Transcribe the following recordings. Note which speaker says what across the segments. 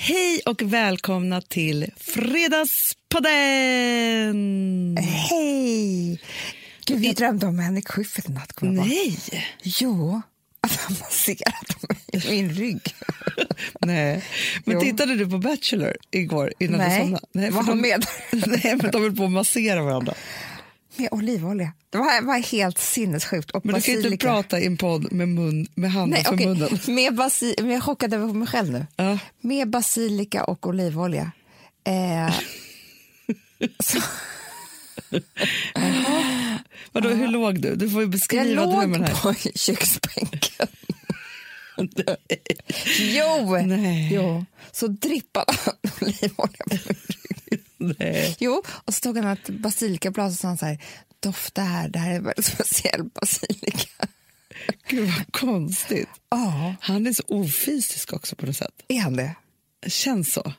Speaker 1: Hej och välkomna till Fredagspodden!
Speaker 2: Hej! Gud, vi drömde om Henrik Schyffert i natt. kommer jag på.
Speaker 1: Nej!
Speaker 2: Jo, att han masserat mig i min rygg.
Speaker 1: Nej. Men
Speaker 2: Jo.
Speaker 1: tittade du på Bachelor igår innan du
Speaker 2: Nej.
Speaker 1: somnade? för
Speaker 2: Vad
Speaker 1: de,
Speaker 2: menar
Speaker 1: Nej, men de höll på att massera varandra.
Speaker 2: Med olivolja. Det var, var helt sinnessjukt. Och
Speaker 1: Men du kan ju inte
Speaker 2: basilika.
Speaker 1: prata i en podd med, mun, med handen
Speaker 2: Nej,
Speaker 1: för
Speaker 2: okej.
Speaker 1: munnen.
Speaker 2: Med basi- men jag är chockad över mig själv nu.
Speaker 1: Ja.
Speaker 2: Med basilika och olivolja. Eh,
Speaker 1: Vadå, hur låg du? Du får ju
Speaker 2: jag
Speaker 1: beskriva
Speaker 2: låg
Speaker 1: drömmen här.
Speaker 2: på köksbänken. jo.
Speaker 1: Nej.
Speaker 2: jo! Så drippade han olivolja på mig.
Speaker 1: Nej.
Speaker 2: Jo, och så tog han ett basilikablad och sa han så här, dofta här, det här är en väldigt speciell basilika.
Speaker 1: Gud, vad konstigt.
Speaker 2: Ja,
Speaker 1: Han är så ofysisk också på något sätt.
Speaker 2: är han det?
Speaker 1: Känns så.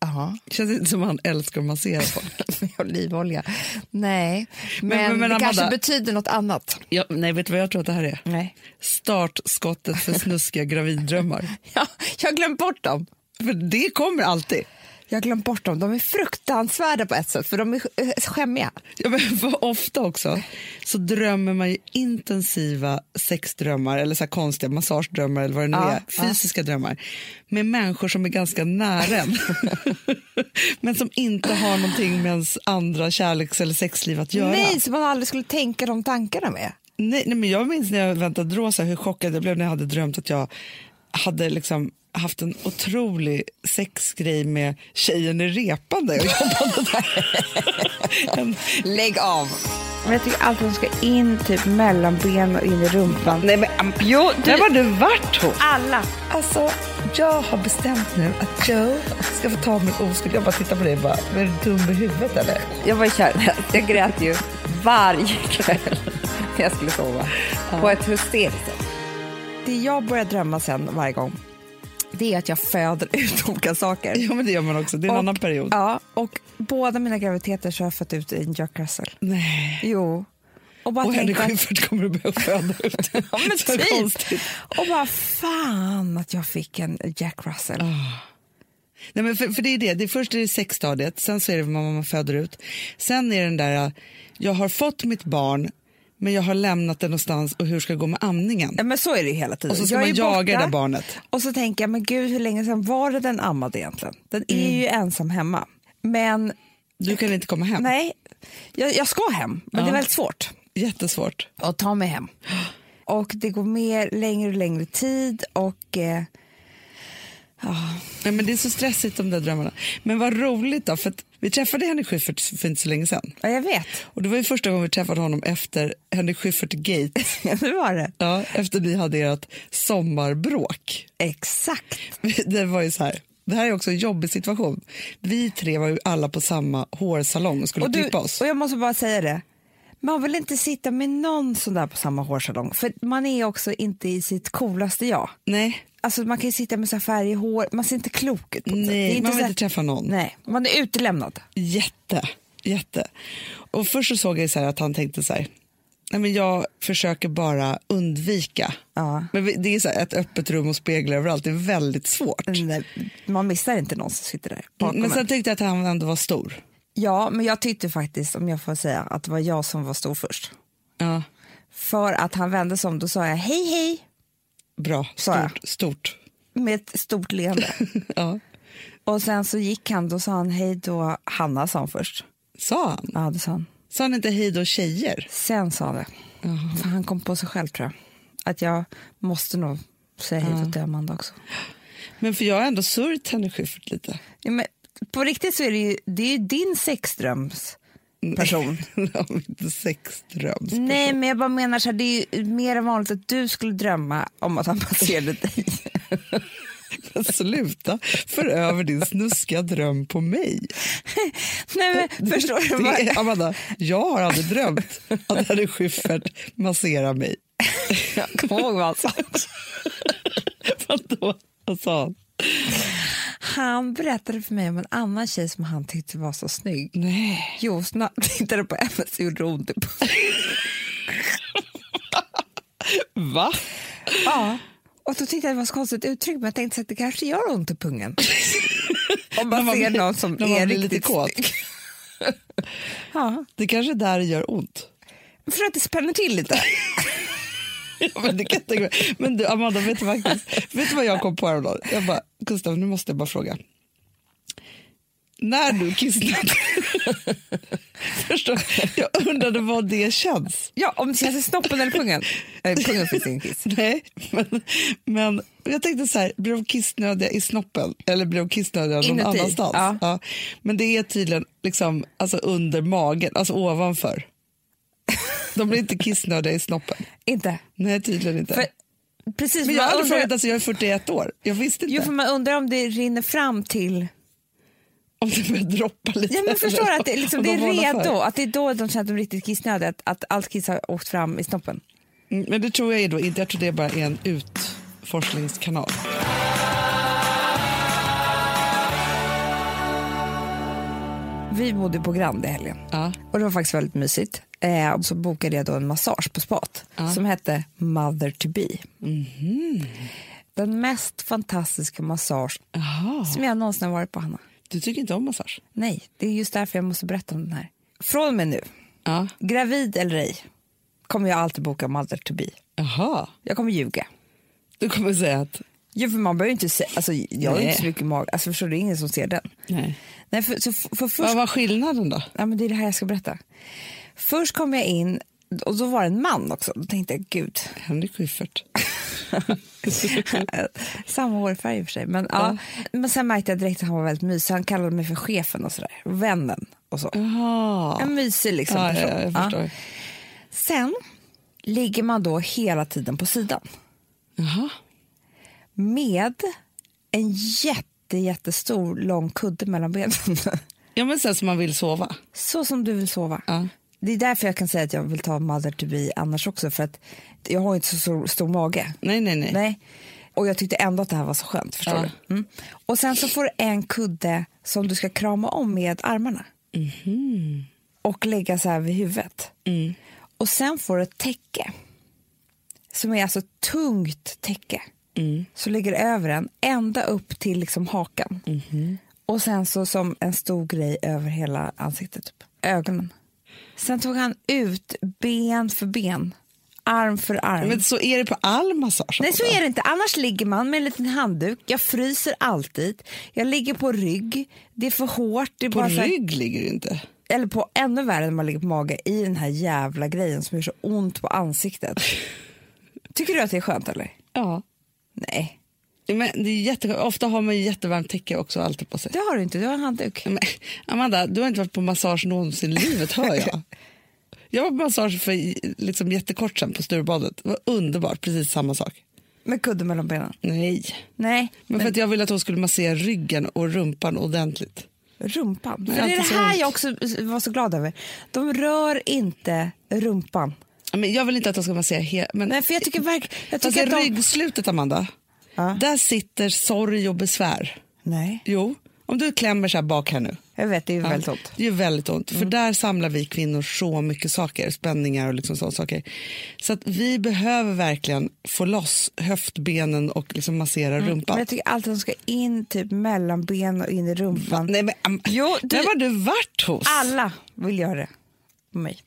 Speaker 2: Ja,
Speaker 1: Känns inte som han älskar att massera folk.
Speaker 2: med olivolja. Nej, men,
Speaker 1: Men- men- men
Speaker 2: det kanske
Speaker 1: Amanda-
Speaker 2: betyder något annat.
Speaker 1: Ja, nej, vet du vad jag tror att det här är?
Speaker 2: Nej.
Speaker 1: Startskottet för snuskiga graviddrömmar.
Speaker 2: Ja, jag har glömt bort dem.
Speaker 1: För det kommer alltid.
Speaker 2: Jag har glömt bort dem. De är fruktansvärda på ett sätt, för de är eh, skämmiga.
Speaker 1: Ja, men för ofta också så drömmer man ju intensiva sexdrömmar eller så här konstiga massagedrömmar eller vad det nu
Speaker 2: Ja,
Speaker 1: är,
Speaker 2: ja.
Speaker 1: fysiska drömmar med människor som är ganska nära en. men som inte har någonting med ens andra kärleks eller sexliv att göra.
Speaker 2: Nej, som man aldrig skulle tänka de tankarna med.
Speaker 1: Nej, nej, men jag minns när jag väntade Rosa hur chockad jag blev när jag hade drömt att jag hade liksom haft en otrolig sexgrej med tjejen i repande. Jag jobbade där. En-
Speaker 2: Lägg av! Men jag tycker alltid att de ska in typ mellan ben och in i rumpan. Nej, men, jo,
Speaker 1: Där var du vart hon?
Speaker 2: alla!
Speaker 1: Alltså, jag har bestämt nu att Joe ska få ta min oskuld. Jag bara tittar på dig och bara, är du dum i huvudet eller?
Speaker 2: Jag var kär. Jag grät ju varje kväll när jag skulle sova. På ett hysteriskt sätt. Det jag börjar drömma sen varje gång, det är att jag föder ut olika saker.
Speaker 1: Ja, men det gör man också. Det är en
Speaker 2: Och-
Speaker 1: annan period.
Speaker 2: Ja, och båda mina graviditeter så har jag fött ut en Jack Russell.
Speaker 1: Nej.
Speaker 2: Jo. Och bara
Speaker 1: Och Henrik
Speaker 2: tänkte att-
Speaker 1: Schyffert kommer att börja föda ut.
Speaker 2: Ja, men
Speaker 1: Så
Speaker 2: typ.
Speaker 1: konstigt.
Speaker 2: Och bara fan att jag fick en Jack Russell.
Speaker 1: Nej, men för, för det är det. det är, först är det sexstadiet, sen så är det vad man föder ut. Sen är det den där, jag har fått mitt barn, men jag har lämnat det någonstans och hur ska det gå med amningen?
Speaker 2: Ja, men så är det ju hela tiden.
Speaker 1: Och så ska
Speaker 2: jag är
Speaker 1: man
Speaker 2: ju
Speaker 1: jaga
Speaker 2: borta,
Speaker 1: det där barnet.
Speaker 2: Och så tänker jag, men gud hur länge sedan var det den ammade egentligen? Den är
Speaker 1: Mm.
Speaker 2: ju ensam hemma. Men
Speaker 1: Du kan inte komma hem.
Speaker 2: nej, jag, jag ska hem, men det är väldigt svårt
Speaker 1: Jättesvårt.
Speaker 2: att ta mig hem. Och det går mer längre och längre tid och eh,
Speaker 1: Nej, men det är så stressigt de där drömmarna. Men vad roligt då, för att vi träffade Henrik Schyffert för inte så länge sedan.
Speaker 2: ja, jag vet,
Speaker 1: Och det var ju första gången vi träffade honom efter Henrik Schyffert Gate.
Speaker 2: nu var det.
Speaker 1: Ja, efter ni hade ert sommarbråk.
Speaker 2: Exakt.
Speaker 1: Det var ju så här. Det här är också en jobbig situation. Vi tre var ju alla på samma hårsalong och skulle
Speaker 2: Och, du,
Speaker 1: klippa oss.
Speaker 2: och jag måste bara säga det. Man vill inte sitta med någon sån där på samma hårsalong, för man är också inte i sitt coolaste jag.
Speaker 1: Nej,
Speaker 2: Alltså man kan ju sitta med så här färg i hår, man ser inte klok ut. På något sätt. Det är
Speaker 1: nej man
Speaker 2: så
Speaker 1: vill
Speaker 2: här-
Speaker 1: inte träffa någon.
Speaker 2: Nej, man är utelämnad.
Speaker 1: Jätte, jätte. Och först så såg jag så här att han tänkte så här. Nej, men jag försöker bara undvika.
Speaker 2: Ja.
Speaker 1: Men vi- det är så här ett öppet rum och speglar överallt. Det är väldigt svårt.
Speaker 2: Man missar inte någon som sitter där Mm, bakom
Speaker 1: Men
Speaker 2: en.
Speaker 1: sen tyckte jag att han ändå var stor.
Speaker 2: Ja, men jag tyckte faktiskt, om jag får säga, att det var jag som var stor först.
Speaker 1: Ja,
Speaker 2: För att han vände sig om, då sa jag hej hej
Speaker 1: bra.
Speaker 2: Sa jag.
Speaker 1: Stort. stort.
Speaker 2: med ett stort leende.
Speaker 1: Ja.
Speaker 2: och sen så gick han, då sa han hej då, Hanna sa han först.
Speaker 1: Sa han?
Speaker 2: Ja, det sa han.
Speaker 1: Sa han inte hej då tjejer?
Speaker 2: Sen sa han det. För han kom på sig själv tror jag. Att jag måste nog säga hej då till Amanda också.
Speaker 1: Men för jag har ändå sörjt Henrik Schyffert lite.
Speaker 2: Ja, men på riktigt så är det ju, det är ju din sexdröms person.
Speaker 1: Ja, men inte sexdröms.
Speaker 2: Nej, men jag bara menar så här, det är ju mer än vanligt att du skulle drömma om att han passerade dig.
Speaker 1: Men Sluta för över din snuskiga dröm på mig.
Speaker 2: Nej, men förstår du? Vad?
Speaker 1: Det är, Amanda, jag har aldrig drömt att Henrik Schyffert masserar mig.
Speaker 2: Jag kommer ihåg vad han sa.
Speaker 1: Vadå? Vad sa han?
Speaker 2: Han berättade för mig om en annan tjej som han tyckte var så snygg.
Speaker 1: Nej.
Speaker 2: Jo, snabbt tittade på henne så gjorde det ont i pungen.
Speaker 1: Va?
Speaker 2: Ja. Och då tyckte jag det var så konstigt uttryck, men jag tänkte så att det kanske gör ont i pungen. Om man,
Speaker 1: När
Speaker 2: ser
Speaker 1: blir-
Speaker 2: någon som
Speaker 1: när man
Speaker 2: är
Speaker 1: blir
Speaker 2: riktigt
Speaker 1: lite kåt.
Speaker 2: snygg. Ja,
Speaker 1: Det kanske är där det gör ont.
Speaker 2: för att det spänner till lite.
Speaker 1: Ja, men, det kan jag tänka mig. men du, Amanda, vet du, faktiskt, vet du vad jag kom på häromdagen? Jag bara, Gustav, nu måste jag bara fråga. När du kissnade, förstår jag Jag undrade vad det känns.
Speaker 2: Ja, om det känns i snoppen eller pungen. Eh, pungen finns ingen kiss.
Speaker 1: Nej, men, men jag tänkte så här, blir de kissnödiga i snoppen eller blir de kissnödiga någon
Speaker 2: Inuti,
Speaker 1: annanstans?
Speaker 2: ja.
Speaker 1: Men det är tydligen liksom, alltså under magen, alltså ovanför. De blir inte kissnödiga i snoppen.
Speaker 2: Inte.
Speaker 1: Nej, tydligen inte.
Speaker 2: För, precis,
Speaker 1: men jag har
Speaker 2: man
Speaker 1: aldrig
Speaker 2: undrar,
Speaker 1: frågat, alltså, jag är 41 år. Jag visste inte
Speaker 2: jo, för man undrar om det rinner fram till...
Speaker 1: om det börjar droppa lite.
Speaker 2: Ja, men förstår att det, liksom,
Speaker 1: Om
Speaker 2: det
Speaker 1: de
Speaker 2: är
Speaker 1: varnar för.
Speaker 2: redo, att det är då de känner att de är riktigt kissnödiga, att, att allt kiss har åkt fram i snoppen.
Speaker 1: Mm, Men det tror jag är då inte. Jag tror det bara är en utforskningskanal.
Speaker 2: Vi bodde på Grand i helgen
Speaker 1: Ja.
Speaker 2: och det var faktiskt väldigt mysigt. Eh, och så bokade jag då en massage på spat som hette Mother to be.
Speaker 1: Mhm.
Speaker 2: Den mest fantastiska massage
Speaker 1: Jaha,
Speaker 2: som jag någonsin har varit på, Hanna.
Speaker 1: du tycker inte om massage?
Speaker 2: Nej, det är just därför jag måste berätta om den här. Från och med nu,
Speaker 1: Ja.
Speaker 2: gravid eller ej, kommer jag alltid boka Mother to be.
Speaker 1: Jaha,
Speaker 2: Jag kommer ljuga.
Speaker 1: du kommer säga att...
Speaker 2: Jo, för man behöver ju inte säga, alltså, jag har ju
Speaker 1: Nej.
Speaker 2: inte så mycket mag, alltså, förstår du, det är ingen som ser den.
Speaker 1: Nej.
Speaker 2: Nej, för, så f- för först,
Speaker 1: Vad var skillnaden då?
Speaker 2: ja, men det är det här jag ska berätta. Först kom jag in och då var det en man också, då tänkte jag gud,
Speaker 1: Henrik Schyffert.
Speaker 2: samma hårfärg i och för sig. Men, ja. men sen märkte jag direkt att han var väldigt mysig, han kallade mig för chefen och sådär, vännen och så.
Speaker 1: Jaha.
Speaker 2: En mysig liksom
Speaker 1: Ja,
Speaker 2: person.
Speaker 1: ja, jag
Speaker 2: Ja.
Speaker 1: förstår.
Speaker 2: Sen ligger man då hela tiden på sidan
Speaker 1: Jaha.
Speaker 2: med en jätte, jättestor lång kudde mellan benen.
Speaker 1: Ja, men sen som man vill sova.
Speaker 2: Så som du vill sova.
Speaker 1: Ja.
Speaker 2: Det är därför jag kan säga att jag vill ta mother to be annars också för att jag har inte så stor, stor mage.
Speaker 1: Nej, nej, nej.
Speaker 2: Nej. Och jag tyckte ändå att det här var så skönt. Förstår
Speaker 1: Ja.
Speaker 2: du? Mm. Och sen så får du en kudde som du ska krama om med armarna.
Speaker 1: Mhm.
Speaker 2: Och lägga så här vid huvudet.
Speaker 1: Mm.
Speaker 2: Och sen får du ett täcke. Som är alltså ett tungt täcke.
Speaker 1: Mm.
Speaker 2: Så ligger det över den ända upp till liksom hakan.
Speaker 1: Mhm.
Speaker 2: Och sen så som en stor grej över hela ansiktet. Typ. Ögonen. Sen tog han ut ben för ben. Arm för arm.
Speaker 1: Men så är det på all massage?
Speaker 2: Nej, så är det inte. Annars ligger man med en liten handduk. Jag fryser alltid. Jag ligger på rygg. Det är för hårt. Det är
Speaker 1: På
Speaker 2: bara så här-
Speaker 1: rygg ligger det inte.
Speaker 2: eller på ännu värre när man ligger på mage i den här jävla grejen som gör så ont på ansiktet. Tycker du att det är skönt eller?
Speaker 1: Ja.
Speaker 2: Nej,
Speaker 1: Men det är jätte... Ofta har man ju jättevarmt täcke också alltid på sig.
Speaker 2: det har du inte. Du har en handduk.
Speaker 1: Ja, men Amanda, du har inte varit på massage någonsin i livet, hör jag. Jag var på massage för liksom, jättekort sedan på Sturebadet. Det var underbart, precis samma sak.
Speaker 2: Med kudde mellan benen.
Speaker 1: Nej,
Speaker 2: Nej,
Speaker 1: men för att jag ville att hon skulle massera ryggen och rumpan ordentligt.
Speaker 2: rumpan. För
Speaker 1: Men
Speaker 2: det är
Speaker 1: alltid
Speaker 2: det
Speaker 1: så
Speaker 2: här
Speaker 1: ont.
Speaker 2: jag också var så glad över. De rör inte rumpan.
Speaker 1: Ja, Men jag vill inte att de ska massera hela... Men
Speaker 2: Nej, för jag tycker verkligen... Jag
Speaker 1: fast
Speaker 2: tycker
Speaker 1: i
Speaker 2: att de...
Speaker 1: ryggslutet, Amanda,
Speaker 2: Ja.
Speaker 1: där sitter sorg och besvär.
Speaker 2: Nej,
Speaker 1: Jo, om du klämmer så här bak här nu.
Speaker 2: jag vet. Det är
Speaker 1: Ja,
Speaker 2: väldigt ont. Mm.
Speaker 1: Det är väldigt ont. För där samlar vi kvinnor så mycket saker, spänningar och liksom sådana saker. Så att vi behöver verkligen få loss höftbenen och liksom massera rumpan.
Speaker 2: Mm. Men jag tycker alltid att de ska in typ mellan ben och in i rumpan.
Speaker 1: Nej, men, am-
Speaker 2: Jo, du-
Speaker 1: Vem har du varit hos?
Speaker 2: Alla vill göra det. På mig.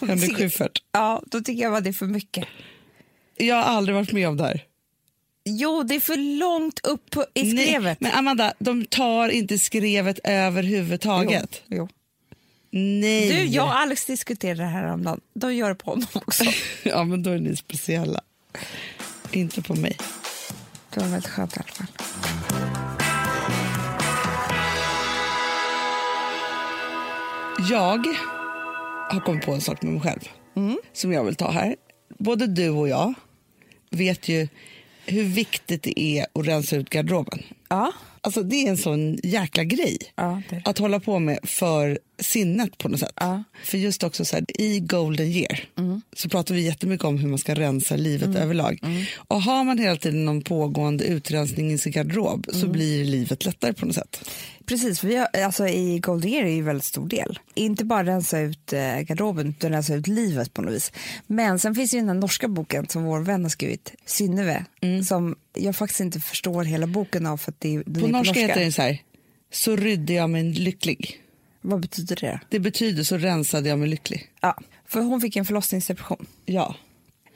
Speaker 1: Henrik Schyffert.
Speaker 2: Ja, då tycker jag att det är för mycket.
Speaker 1: Jag har aldrig varit med om det här.
Speaker 2: Jo, det är för långt upp på, i
Speaker 1: Nej,
Speaker 2: skrevet.
Speaker 1: Men Amanda, de tar inte skrevet överhuvudtaget.
Speaker 2: Jo, jo.
Speaker 1: Nej.
Speaker 2: Du, jag och Alex diskuterade det här häromdagen. De gör det på honom också.
Speaker 1: ja, men då är ni speciella. Inte på mig.
Speaker 2: Det var väldigt skönt i alla fall.
Speaker 1: Jag har kommit på en sak med mig själv
Speaker 2: Mm.
Speaker 1: som jag vill ta här. Både du och jag vet ju hur viktigt det är att rensa ut garderoben.
Speaker 2: Ja,
Speaker 1: Alltså det är en sån jäkla grej
Speaker 2: Ja, det-
Speaker 1: att hålla på med för sinnet på något sätt. För just också så här, i golden year
Speaker 2: Mm.
Speaker 1: så pratar vi jättemycket om hur man ska rensa livet överlag.
Speaker 2: Mm.
Speaker 1: Och har man hela tiden någon pågående utrensning i sin garderob så
Speaker 2: Mm.
Speaker 1: blir livet lättare på något sätt.
Speaker 2: Precis, för vi har, alltså, i Golden Year är ju en väldigt stor del. Inte bara rensa ut eh, garderoben utan rensa ut livet på något vis. Men sen finns ju den här norska boken som vår vän har skrivit, Synnøve, som jag faktiskt inte förstår hela boken av för att det, är- den
Speaker 1: Mm. På
Speaker 2: är på
Speaker 1: norska
Speaker 2: norska.
Speaker 1: heter den så här, så rydde jag mig lycklig.
Speaker 2: Vad betyder det?
Speaker 1: Det betyder så rensade jag mig lycklig.
Speaker 2: Ja, för hon fick en förlossningsdepression.
Speaker 1: Ja.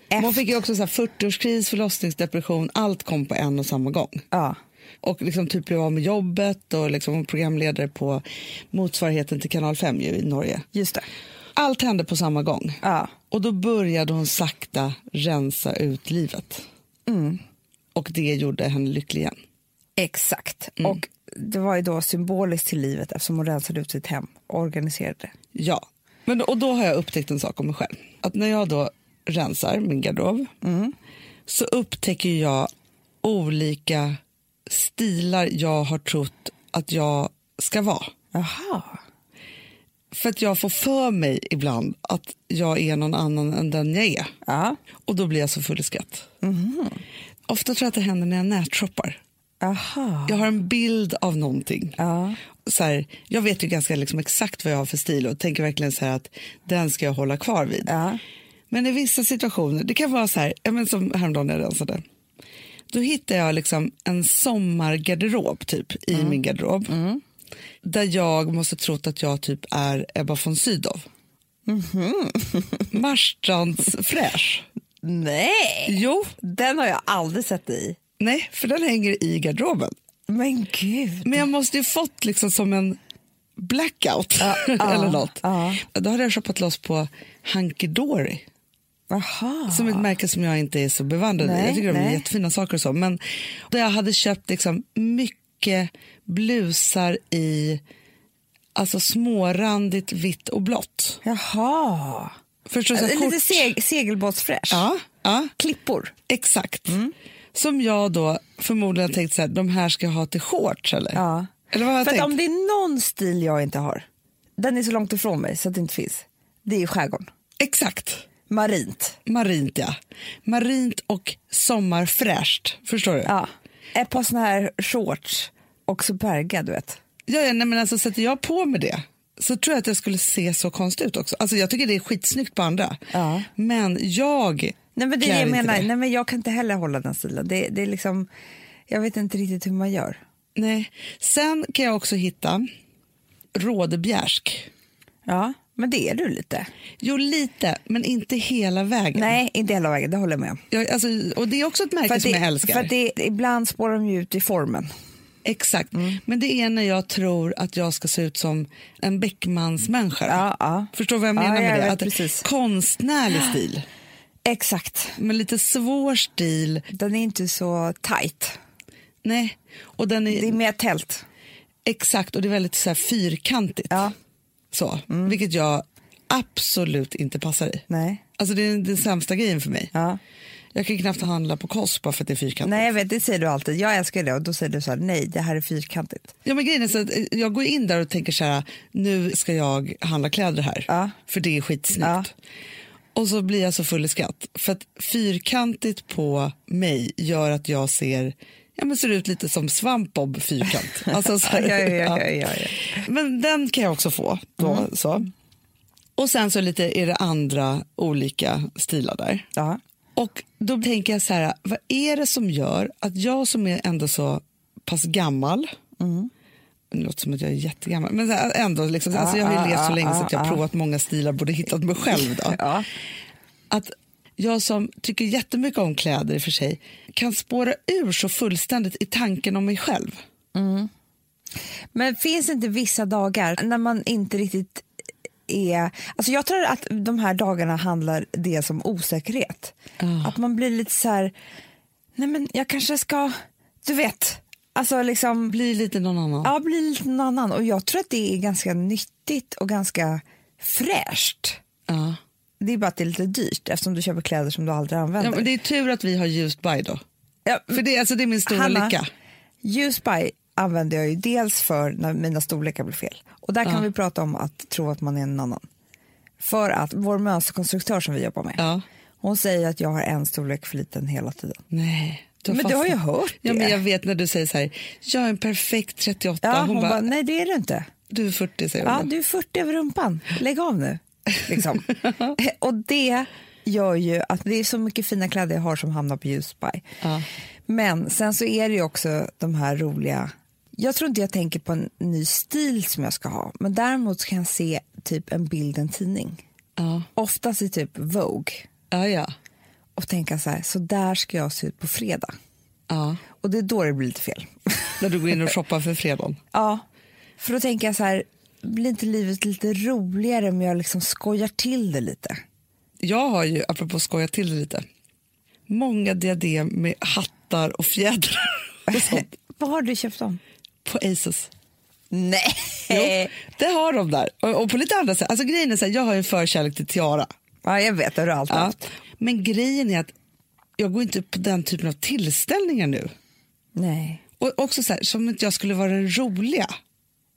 Speaker 2: Efter-
Speaker 1: Man fick ju också så här 40-årskris, förlossningsdepression, allt kom på en och samma gång.
Speaker 2: Ja,
Speaker 1: Och liksom typ blev av med jobbet och liksom var programledare på motsvarigheten till Kanal 5 ju, i Norge.
Speaker 2: just det.
Speaker 1: Allt hände på samma gång.
Speaker 2: Ja.
Speaker 1: Och då började hon sakta rensa ut livet. Och det gjorde henne lycklig igen.
Speaker 2: Exakt.
Speaker 1: Mm.
Speaker 2: Och det var ju då symboliskt till livet eftersom hon rensade ut sitt hem och organiserade det.
Speaker 1: Ja. Men, och då har jag upptäckt en sak om mig själv. Att när jag då rensar min garderob så upptäcker jag olika stilar jag har trott att jag ska vara.
Speaker 2: Jaha.
Speaker 1: För att jag får för mig ibland att jag är någon annan än den jag är.
Speaker 2: Ja.
Speaker 1: Och då blir jag så full i skratt. Ofta tror jag att det händer när jag nätshoppar.
Speaker 2: Aha.
Speaker 1: Jag har en bild av någonting.
Speaker 2: Ja.
Speaker 1: Så här, jag vet ju ganska liksom exakt vad jag har för stil och tänker verkligen så här att den ska jag hålla kvar vid.
Speaker 2: Ja.
Speaker 1: Men i vissa situationer, det kan vara så här, ja, men som häromdagen när jag rensade. Då hittade jag liksom en sommargarderob typ
Speaker 2: Mm.
Speaker 1: i min garderob. Där jag måste trott att jag typ är Ebba von Sydow.
Speaker 2: Mhm.
Speaker 1: Marstrands fräsch.
Speaker 2: Nej,
Speaker 1: Jo,
Speaker 2: den har jag aldrig sett dig i.
Speaker 1: nej, för den hänger i garderoben.
Speaker 2: Men gud.
Speaker 1: Men jag måste ju fått liksom som en blackout eller något.
Speaker 2: ja.
Speaker 1: Då hade jag shoppat loss på Hunky Dory.
Speaker 2: Aha.
Speaker 1: Som ett märke som jag inte är så bevandrad i.
Speaker 2: Nej,
Speaker 1: Jag tycker de är
Speaker 2: nej.
Speaker 1: jättefina saker och så. Men då jag hade köpt liksom mycket blusar i alltså smårandigt vitt och blått.
Speaker 2: Jaha.
Speaker 1: Förstår du? så här
Speaker 2: Lite
Speaker 1: kort-
Speaker 2: seg- segelbåtsfräsch.
Speaker 1: Ja, ja,
Speaker 2: Klippor.
Speaker 1: exakt.
Speaker 2: Mm.
Speaker 1: Som jag då förmodligen tänkt så här, de här ska jag ha till shorts eller?
Speaker 2: Ja.
Speaker 1: Eller vad har jag
Speaker 2: För att
Speaker 1: tänkt?
Speaker 2: om det är någon stil jag inte har, den är så långt ifrån mig så att det inte finns, det är ju skärgården.
Speaker 1: Exakt.
Speaker 2: Marint.
Speaker 1: Marint ja. Marint och sommarfräscht. Förstår du?
Speaker 2: Ja. Ett par såna här shorts och så berga, du vet.
Speaker 1: Ja, ja nej, men alltså sätter jag på mig det så tror jag att jag skulle se så konstig ut också. Alltså jag tycker det är skitsnyggt på andra.
Speaker 2: Ja.
Speaker 1: Men jag
Speaker 2: Nej men det är
Speaker 1: klär
Speaker 2: det jag
Speaker 1: inte
Speaker 2: menar.
Speaker 1: det.
Speaker 2: Nej men jag kan inte heller hålla den stilen. Det, det är liksom, jag vet inte riktigt hur man gör.
Speaker 1: Nej. Sen kan jag också hitta rådebjärsk.
Speaker 2: Ja, men det är du lite.
Speaker 1: Jo, lite, men inte hela vägen.
Speaker 2: Nej, inte hela vägen, det håller jag med om.
Speaker 1: Jag, alltså, och det är också ett märke
Speaker 2: att
Speaker 1: som
Speaker 2: det,
Speaker 1: jag älskar.
Speaker 2: För att det, ibland spårar de ju ut i formen.
Speaker 1: Exakt.
Speaker 2: Mm.
Speaker 1: Men det är när jag tror att jag ska se ut som en Beckmansmänniska.
Speaker 2: Ja, ja.
Speaker 1: Förstår vad jag
Speaker 2: Ja,
Speaker 1: menar
Speaker 2: jag
Speaker 1: med det?
Speaker 2: vet
Speaker 1: Att
Speaker 2: precis.
Speaker 1: Konstnärlig stil,
Speaker 2: Exakt.
Speaker 1: men lite svår stil.
Speaker 2: Den är inte så tight.
Speaker 1: Nej, och den
Speaker 2: Det är mer tält.
Speaker 1: Exakt, och det är väldigt så här fyrkantigt.
Speaker 2: Ja. Mm.
Speaker 1: Så, Vilket jag absolut inte passar i.
Speaker 2: Nej.
Speaker 1: Alltså det är den sämsta grejen för mig.
Speaker 2: Ja.
Speaker 1: Jag kan knappt handla på Kosp bara för att det är fyrkantigt.
Speaker 2: Nej, jag vet, det säger du alltid. Jag älskar det och då säger du så här, nej, det här är fyrkantigt.
Speaker 1: Ja, men grejen är så att eh, jag går in där och tänker så här, nu ska jag handla kläder här,
Speaker 2: Ja.
Speaker 1: för det är skitsnyggt.
Speaker 2: Ja.
Speaker 1: Och så blir jag så full i skratt, för att fyrkantigt på mig gör att jag ser Ja, men ser ut lite som svampbob fyrkant. Alltså, så här,
Speaker 2: Ja, ja, ja, ja, Mm. ja, ja.
Speaker 1: Men den kan jag också få. Då, så. Och sen så lite är det andra olika stilar där.
Speaker 2: Ja.
Speaker 1: Och då tänker jag så här, vad är det som gör att jag som är ändå så pass gammal, mm. det låter som att jag är jättegammal, men så här, ändå liksom, alltså jag har ju
Speaker 2: ah,
Speaker 1: levt så
Speaker 2: ah,
Speaker 1: länge så att jag har
Speaker 2: ah,
Speaker 1: provat många stilar, borde hittat mig själv då.
Speaker 2: Ja.
Speaker 1: Att jag som tycker jättemycket om kläder i och för sig kan spåra ur så fullständigt i tanken om mig själv.
Speaker 2: Men finns det inte vissa dagar när man inte riktigt är... Alltså jag tror att de här dagarna handlar det som osäkerhet. Att man blir lite så här, nej men jag kanske ska, du vet, alltså liksom...
Speaker 1: Blir lite någon annan.
Speaker 2: Ja, bli lite någon annan. Och jag tror att det är ganska nyttigt och ganska fräscht.
Speaker 1: Ja.
Speaker 2: Det är bara att det är lite dyrt eftersom du köper kläder som du aldrig
Speaker 1: Ja,
Speaker 2: använder.
Speaker 1: men det är tur att vi har ljust by då.
Speaker 2: Ja,
Speaker 1: För det, är- alltså, det är min stora
Speaker 2: Hanna,
Speaker 1: lycka.
Speaker 2: Ljus by använder jag ju dels för när mina storlekar blir fel. Och där kan vi prata om att tro att man är en annan. För att vår mönsterkonstruktör som vi jobbar med,
Speaker 1: Ja.
Speaker 2: hon säger att jag har en storlek för liten hela tiden.
Speaker 1: Nej.
Speaker 2: Men du har ju hört
Speaker 1: ja,
Speaker 2: det.
Speaker 1: men Jag vet när du säger så här, jag är en perfekt 38.
Speaker 2: Ja,
Speaker 1: hon
Speaker 2: hon bara,
Speaker 1: bara,
Speaker 2: nej det är du inte.
Speaker 1: du är 40 säger
Speaker 2: Ja,
Speaker 1: hon.
Speaker 2: du är 40 över rumpan. Lägg av nu. Liksom. och det gör ju att det är så mycket fina kläder jag har som hamnar på Ljusby.
Speaker 1: Ja.
Speaker 2: Men sen så är det ju också de här roliga... Jag tror inte jag tänker på en ny stil som jag ska ha, men däremot kan jag se typ en bild, i en tidning.
Speaker 1: Ja.
Speaker 2: Oftast i typ Vogue
Speaker 1: Ja, ja.
Speaker 2: och tänka så här, så där ska jag se ut på fredag.
Speaker 1: ja.
Speaker 2: Och det är då det blir lite fel.
Speaker 1: När du går in och shoppar för fredagen.
Speaker 2: Ja, för då tänker jag så här, blir inte livet lite roligare om jag liksom skojar till det lite?
Speaker 1: Jag har ju, apropå skoja till det lite, många diadem med hattar och fjädrar och sånt
Speaker 2: Vad har du köpt dem?
Speaker 1: på Asos.
Speaker 2: Nej!
Speaker 1: Jo, det har de där. Och, och på lite andra sätt. Alltså grejen är så här, jag har ju en förkärlek till tiara.
Speaker 2: Ja, jag vet, det har du alltid
Speaker 1: Ja.
Speaker 2: haft.
Speaker 1: Men grejen är att jag går inte på den typen av tillställningar nu.
Speaker 2: Nej.
Speaker 1: Och också så här, som att jag skulle vara den roliga.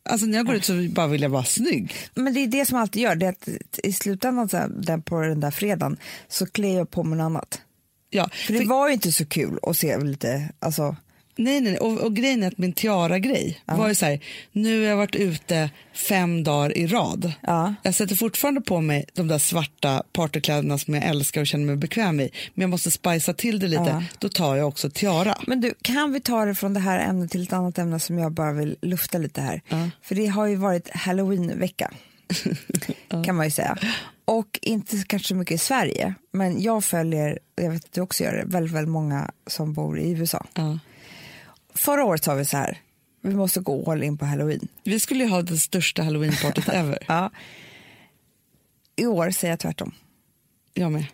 Speaker 1: Alltså när jag går ut så bara vill jag vara snygg.
Speaker 2: Men det är det som jag alltid gör, det är att i slutändan så här, den på den där fredagen så klär jag på mig något annat.
Speaker 1: Ja.
Speaker 2: För det var ju inte så kul att se lite, alltså,
Speaker 1: Nej, nej, nej. Och, och grejen är att min tiara-grej var ju så här, nu har jag varit ute fem dagar i rad.
Speaker 2: Ja.
Speaker 1: Jag sätter fortfarande på mig de där svarta partykläderna som jag älskar och känner mig bekväm i, men jag måste spicea till det lite.
Speaker 2: Ja.
Speaker 1: Då tar jag också tiara.
Speaker 2: Men du, kan vi ta det från det här ämnet till ett annat ämne som jag bara vill lufta lite här. För det har ju varit halloweenvecka, kan man ju säga. Och inte kanske så mycket i Sverige, men jag följer, jag vet att du också gör det, väldigt, väldigt många som bor i USA.
Speaker 1: Ja.
Speaker 2: Förra året sa vi så här, vi måste gå all in på halloween.
Speaker 1: Vi skulle ju ha det största halloween-partyt ever.
Speaker 2: Ja. I år säger jag tvärtom.
Speaker 1: Jag med.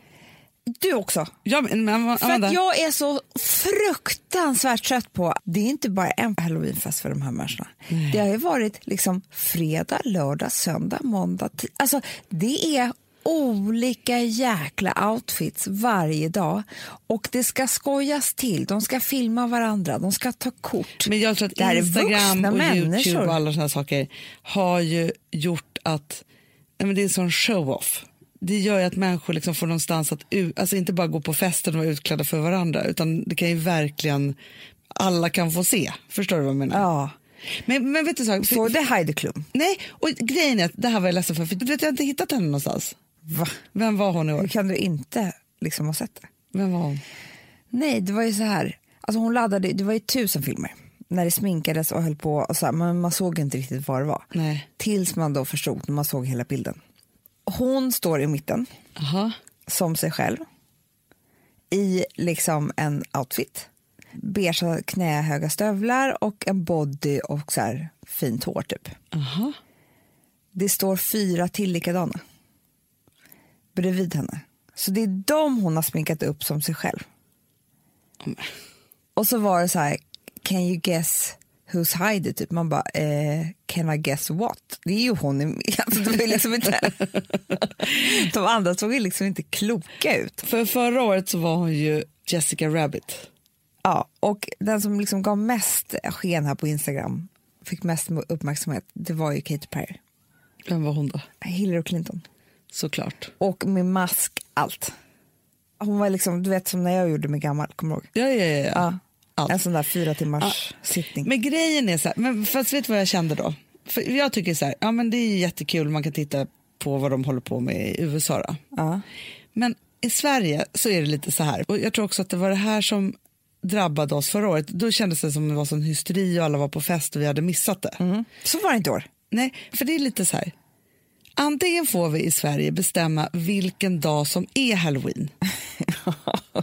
Speaker 2: Du också!
Speaker 1: Ja, men, men, Amanda,
Speaker 2: För att jag är så fruktansvärt trött på, det är inte bara en halloweenfest för de här människorna. Det har ju varit liksom fredag, lördag, söndag, måndag, ti- alltså det är olika jäkla outfits varje dag och det ska skojas till, de ska filma varandra, de ska ta kort.
Speaker 1: Men jag tror att
Speaker 2: Det här är
Speaker 1: Instagram
Speaker 2: vuxna
Speaker 1: och Youtube
Speaker 2: människor.
Speaker 1: och alla såna här saker har ju gjort att nej men det är en sån show-off. Det gör ju att människor liksom får någonstans att u- alltså inte bara gå på festen och vara utklädda för varandra utan det kan ju verkligen alla kan få se. Förstår du vad jag menar?
Speaker 2: Ja.
Speaker 1: Men, men vet du så,
Speaker 2: Så det är Heidi Klum.
Speaker 1: Nej, och grejen är att det här var jag ledsen för, för du vet, jag har inte hittat henne någonstans.
Speaker 2: Va?
Speaker 1: Vem var hon i
Speaker 2: Hur
Speaker 1: år?
Speaker 2: kan du inte liksom ha sett det?
Speaker 1: Vem var hon?
Speaker 2: Nej, det var ju så här. Alltså hon laddade, det var ju tusen filmer när det sminkades och höll på och så här, men man såg inte riktigt vad det var.
Speaker 1: Nej.
Speaker 2: Tills man då förstod när man såg hela bilden. Hon står i mitten
Speaker 1: Aha.
Speaker 2: som sig själv i liksom en outfit. Beiga knähöga stövlar och en body och så här fint hår typ.
Speaker 1: Aha.
Speaker 2: Det står fyra till likadana bredvid henne. Så det är dem hon har sminkat upp som sig själv. Och så var det så här, can you guess who's Heidi? Typ. Man bara, eh, can I guess what? Det är ju hon. i- Alltså, det var ju liksom inte... De andra såg ju liksom inte kloka ut.
Speaker 1: För förra året så var hon ju Jessica Rabbit.
Speaker 2: Ja, och den som liksom gav mest sken här på Instagram, fick mest uppmärksamhet, det var ju Katy Perry.
Speaker 1: Vem var hon då?
Speaker 2: Hillary Clinton.
Speaker 1: Såklart.
Speaker 2: och med mask, allt. Hon var liksom, du vet som när jag gjorde mig gammal, kommer du ihåg?
Speaker 1: Ja, ja, ja. ja. Allt.
Speaker 2: En sån där fyra timmars sittning.
Speaker 1: Men grejen är så här, men fast vet du vad jag kände då? För jag tycker så här, ja men det är ju jättekul, man kan titta på vad de håller på med i USA då.
Speaker 2: Ja.
Speaker 1: Men i Sverige så är det lite så här, och jag tror också att det var det här som drabbade oss förra året. Då kändes det som det var sån hysteri och alla var på fest och vi hade missat det.
Speaker 2: Mm. Så var det inte i år.
Speaker 1: Nej, för det är lite så här. Antingen får vi i Sverige bestämma vilken dag som är halloween.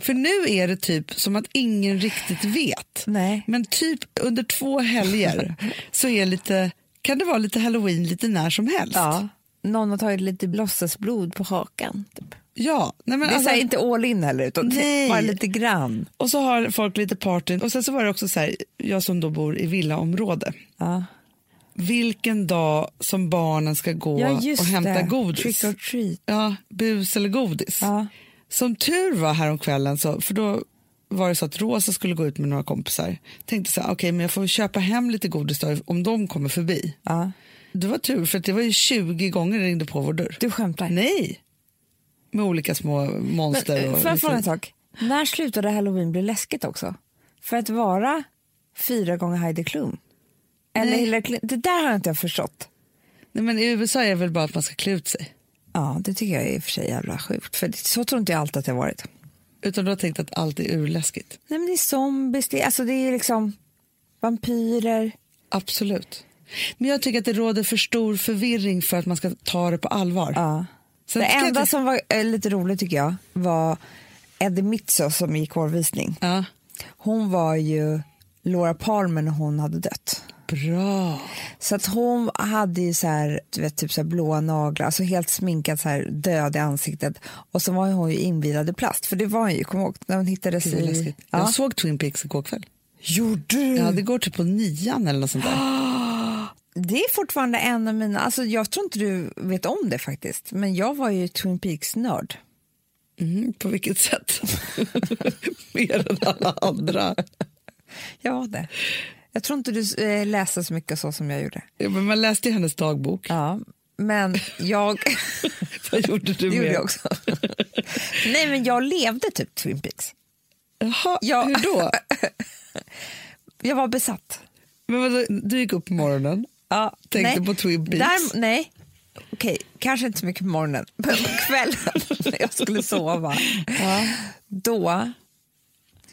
Speaker 1: för nu är det typ som att ingen riktigt vet.
Speaker 2: Nej.
Speaker 1: Men typ under två helger så är lite, kan det vara lite halloween lite när som helst.
Speaker 2: Någon har tagit lite låtsasblod på hakan. Typ.
Speaker 1: ja. Nej, men
Speaker 2: Det är
Speaker 1: alltså,
Speaker 2: så här, inte all in heller, utan
Speaker 1: Nej.
Speaker 2: bara lite grann.
Speaker 1: och så har folk lite party. Och sen så var det också så här, jag som då bor i villaområde.
Speaker 2: Ja,
Speaker 1: Vilken dag som barnen ska gå och hämta godis.
Speaker 2: Trick or treat.
Speaker 1: Ja, bus eller godis.
Speaker 2: Ja.
Speaker 1: Som tur var häromkvällen, så, för då var det så att Rosa skulle gå ut med några kompisar. Tänkte så här, okej men jag får köpa hem lite godis då, om de kommer förbi.
Speaker 2: Ja.
Speaker 1: Det var tur för att det var ju 20 gånger det ringde på vår dörr.
Speaker 2: Du skämtar?
Speaker 1: Nej! Med olika små monster.
Speaker 2: Men, eh,
Speaker 1: och
Speaker 2: Får jag
Speaker 1: liksom-
Speaker 2: fråga en sak? När slutade halloween bli läskigt också? För att vara fyra gånger Heidi Klum? Eller
Speaker 1: Nej.
Speaker 2: Hillary Clinton? Det där har jag inte förstått.
Speaker 1: Nej, men I USA är det väl bara att man ska klä ut sig.
Speaker 2: Ja, det tycker jag är i och för sig jävla sjukt. För det- så tror inte jag alltid att det har varit.
Speaker 1: Utan du har tänkt att allt är urläskigt.
Speaker 2: Nej, men det är zombies, det är, alltså det är liksom vampyrer.
Speaker 1: Absolut. Men jag tycker att det råder för stor förvirring för att man ska ta det på allvar.
Speaker 2: Ja.
Speaker 1: Sen
Speaker 2: det
Speaker 1: ska jag
Speaker 2: enda
Speaker 1: inte-
Speaker 2: som var eh, lite roligt tycker jag var Eddie Mitzo som gick hårvisning.
Speaker 1: Ja.
Speaker 2: Hon var ju Laura Palmer när hon hade dött.
Speaker 1: Bra.
Speaker 2: Så att hon hade ju så här, du vet, typ så här blåa naglar, alltså helt sminkad så här död i ansiktet. Och så var ju hon ju invirad i plast, för det var hon ju, kom ihåg, när hon hittades
Speaker 1: Det är
Speaker 2: i...
Speaker 1: läskigt. Jag
Speaker 2: Ja.
Speaker 1: såg Twin Peaks igår kväll.
Speaker 2: Gjorde du?
Speaker 1: Ja, det går typ på nian eller något sånt där.
Speaker 2: Det är fortfarande en av mina, alltså jag tror inte du vet om det faktiskt, men jag var ju Twin Peaks-nörd.
Speaker 1: Mm, på vilket sätt? Mer än alla andra.
Speaker 2: Jag var det. Jag tror inte du eh, läste så mycket så som jag gjorde.
Speaker 1: Ja, men man läste ju hennes dagbok.
Speaker 2: Ja. Men jag,
Speaker 1: Vad gjorde du
Speaker 2: det gjorde
Speaker 1: med?
Speaker 2: jag också. Nej men jag levde typ Twin Peaks.
Speaker 1: Jaha,
Speaker 2: Ja.
Speaker 1: hur då?
Speaker 2: Jag var besatt.
Speaker 1: Men vadå, du gick upp på morgonen,
Speaker 2: Ja,
Speaker 1: tänkte på Twin Peaks.
Speaker 2: Där, nej, okej, kanske inte så mycket på morgonen, men på kvällen när jag skulle sova, då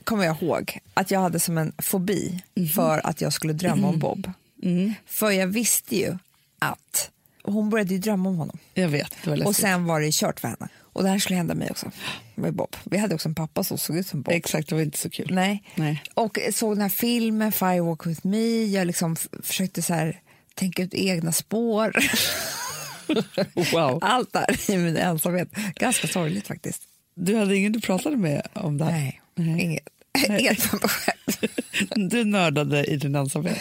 Speaker 2: kommer jag ihåg att jag hade som en fobi
Speaker 1: Mhm.
Speaker 2: för att jag skulle drömma om Bob.
Speaker 1: Mm.
Speaker 2: För jag visste ju att hon började ju drömma om honom.
Speaker 1: Jag vet, det var läskigt.
Speaker 2: Och sen var det kört för henne. Och det här skulle hända mig också. Med Bob. Vi hade också en pappa som såg ut som Bob.
Speaker 1: Exakt, det var inte så kul.
Speaker 2: Nej.
Speaker 1: Nej.
Speaker 2: Och såg den här filmen Fire Walk With Me. Jag liksom f- försökte så här, tänka ut egna spår.
Speaker 1: Wow.
Speaker 2: Allt där i min ensamhet. Ganska sorgligt faktiskt.
Speaker 1: Du hade ingen du pratade med om det här?
Speaker 2: Nej, inget. Inget för mig själv.
Speaker 1: Du nördade i din ensamhet.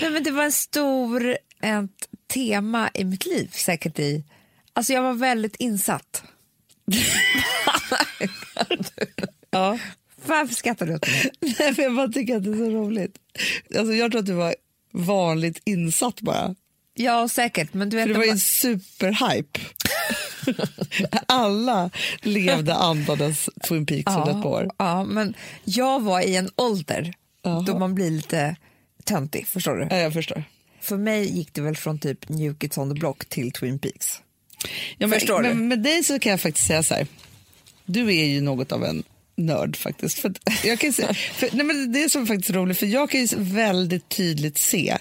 Speaker 2: Nej, men det var en stor ett tema i mitt liv säkert i... Alltså jag var väldigt insatt.
Speaker 1: Ja.
Speaker 2: Varför skrattar du åt mig?
Speaker 1: Nej, för jag bara tycker att det är så roligt. Alltså, jag tror att du var vanligt insatt bara.
Speaker 2: Ja, säkert. Men du vet,
Speaker 1: För det var ju en superhype. Alla levde andades Twin Peaks under ett par år.
Speaker 2: Ja, men jag var i en ålder
Speaker 1: Jaha.
Speaker 2: då man blir lite töntig, förstår du?
Speaker 1: Ja, jag förstår.
Speaker 2: För mig gick det väl från typ New Kids on the Block till Twin Peaks.
Speaker 1: Ja, men,
Speaker 2: Förstår du?
Speaker 1: men med dig så kan jag faktiskt säga så här. Du är ju något av en nörd faktiskt. För att jag kan ju se, för, nej, men det är så faktiskt roligt, för jag kan ju väldigt tydligt se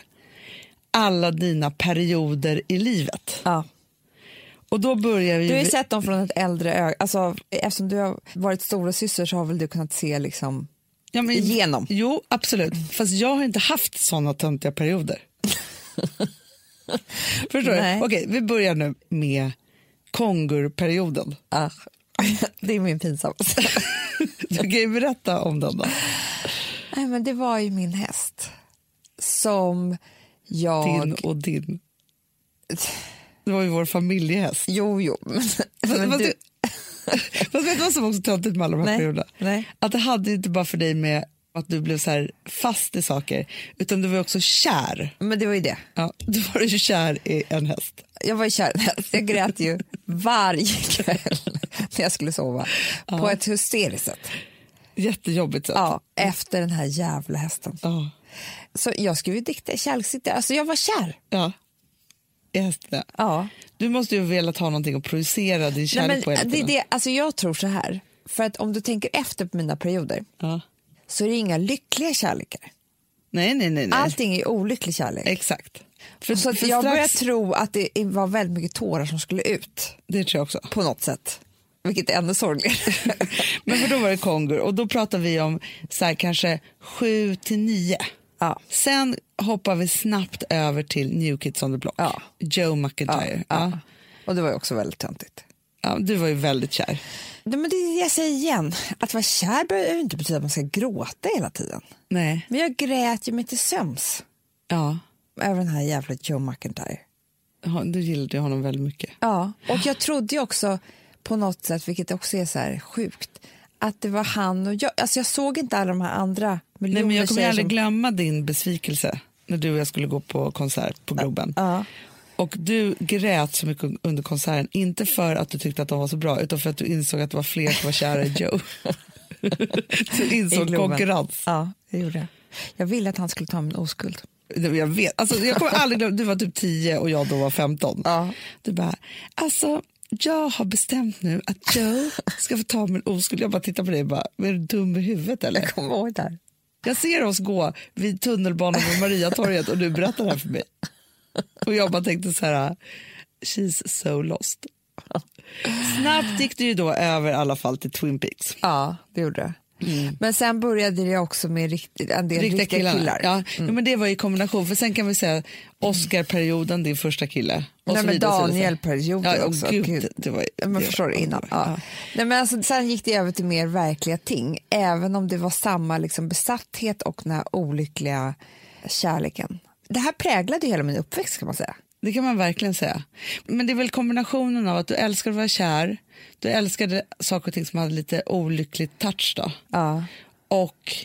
Speaker 1: alla dina perioder i livet.
Speaker 2: Ja.
Speaker 1: Och då börjar vi
Speaker 2: Du har ju
Speaker 1: vid-
Speaker 2: sett dem från ett äldre öga. Alltså, eftersom du har varit stora syster så har väl du kunnat se liksom...
Speaker 1: ja, men,
Speaker 2: igenom.
Speaker 1: Jo, absolut. Fast jag har inte haft såna töntiga perioder. Förstår
Speaker 2: Nej.
Speaker 1: du? Okej, vi börjar nu med kongurperioden.
Speaker 2: Ah. det är min pinsammaste.
Speaker 1: Du kan ju berätta om den då.
Speaker 2: Nej, men det var ju min häst som jag...
Speaker 1: Din och din. Det var ju vår familjehäst.
Speaker 2: Jo, jo. Men,
Speaker 1: Fast,
Speaker 2: men
Speaker 1: fast,
Speaker 2: du...
Speaker 1: fast vet du vad som också är töntigt med alla de här
Speaker 2: Nej,
Speaker 1: perioderna?
Speaker 2: nej.
Speaker 1: Att det hade ju inte bara för dig med att du blev så här fast i saker, utan du var ju också kär.
Speaker 2: men det var ju det.
Speaker 1: Ja, du var ju kär i en häst.
Speaker 2: jag var ju kär i en häst. Jag grät ju varje kväll när jag skulle sova. På ett hysteriskt sätt.
Speaker 1: Jättejobbigt sätt.
Speaker 2: Ja, efter den här jävla hästen.
Speaker 1: Ja.
Speaker 2: Så jag skrev ju dikter, kärleksdikter. Alltså jag var kär.
Speaker 1: ja. I hästen, ja.
Speaker 2: Ja.
Speaker 1: Du måste ju ha velat ha någonting att projicera din
Speaker 2: Nej,
Speaker 1: kärlek
Speaker 2: men
Speaker 1: på hela
Speaker 2: det är
Speaker 1: tiden.
Speaker 2: det, alltså jag tror så här. För att om du tänker efter på mina perioder
Speaker 1: Ja.
Speaker 2: så är det inga lyckliga kärlekar.
Speaker 1: Nej, nej, nej. nej.
Speaker 2: Allting är ju olycklig kärlek.
Speaker 1: Exakt. För,
Speaker 2: Alltså, Så att
Speaker 1: för
Speaker 2: jag
Speaker 1: strax,
Speaker 2: börjar tro att det var väldigt mycket tårar som skulle ut
Speaker 1: Det tror jag också.
Speaker 2: på något sätt. Vilket är ännu sorgligare.
Speaker 1: Men för då var det kongur och då pratar vi om så här, kanske 7 till 9.
Speaker 2: Ja.
Speaker 1: Sen hoppar vi snabbt över till New Kids on the Block.
Speaker 2: Ja.
Speaker 1: Joe McIntyre. Ja, ja.
Speaker 2: Och det var ju också väldigt töntigt.
Speaker 1: du var ju väldigt kär.
Speaker 2: Nej, men det är det jag säger igen. Att vara kär behöver ju inte betyda att man ska gråta hela tiden.
Speaker 1: Nej.
Speaker 2: Men jag grät ju mig till sömns
Speaker 1: Ja.
Speaker 2: över den här jävla Joe McIntyre.
Speaker 1: Ja, Du gillade ju honom väldigt mycket.
Speaker 2: Ja. Och jag trodde ju också på något sätt, vilket också är så här sjukt, att det var han och jag. Alltså jag såg inte alla de här andra
Speaker 1: Nej,
Speaker 2: miljoner
Speaker 1: men jag kommer
Speaker 2: tjejer
Speaker 1: aldrig
Speaker 2: som-
Speaker 1: glömma din besvikelse när du och jag skulle gå på konsert på Globen.
Speaker 2: Ja.
Speaker 1: Och du grät så mycket under konserten, inte för att du tyckte att de var så bra utan för att du insåg att det var fler som var kära i Joe. du
Speaker 2: I
Speaker 1: insåg
Speaker 2: Globen.
Speaker 1: konkurrens.
Speaker 2: Ja, det gjorde jag. Jag ville att han skulle ta min oskuld.
Speaker 1: Nej, men Jag vet, alltså, jag kommer aldrig glömma, du var typ 10 och jag då var 15.
Speaker 2: Ja.
Speaker 1: Du bara, alltså jag har bestämt nu att Joe ska få ta min oskuld. Jag bara tittar på dig och bara, "Men är du dum i huvudet eller?
Speaker 2: Jag kommer ihåg det här.
Speaker 1: Jag ser oss gå vid tunnelbanan på Mariatorget och du berättar det här för mig. Och jag bara tänkte så här, she's so lost. Snabbt gick du ju då över i alla fall till Twin Peaks.
Speaker 2: Ja, det gjorde jag. Men sen började jag också med rikt- en del Mm. riktiga, killar. Mm.
Speaker 1: Ja. Jo, men det var i kombination, för sen kan vi säga Oscar-perioden, din första kille. Och
Speaker 2: Nej,
Speaker 1: så
Speaker 2: men
Speaker 1: vidare, så vidare.
Speaker 2: Daniel-perioden
Speaker 1: ja, åh,
Speaker 2: också.
Speaker 1: Gud,
Speaker 2: Gud.
Speaker 1: det- Det var, ju-
Speaker 2: Ja,
Speaker 1: det
Speaker 2: Man förstår
Speaker 1: var,
Speaker 2: det innan.
Speaker 1: Ja.
Speaker 2: Ja. Nej, men alltså, sen gick det över till mer verkliga ting, även om det var samma liksom, besatthet och den här olyckliga kärleken. Det här präglade ju hela min uppväxt kan man säga.
Speaker 1: Det kan man verkligen säga. Men det är väl kombinationen av att du älskade att vara kär, du älskade saker och ting som hade lite olycklig touch då.
Speaker 2: Ja.
Speaker 1: Och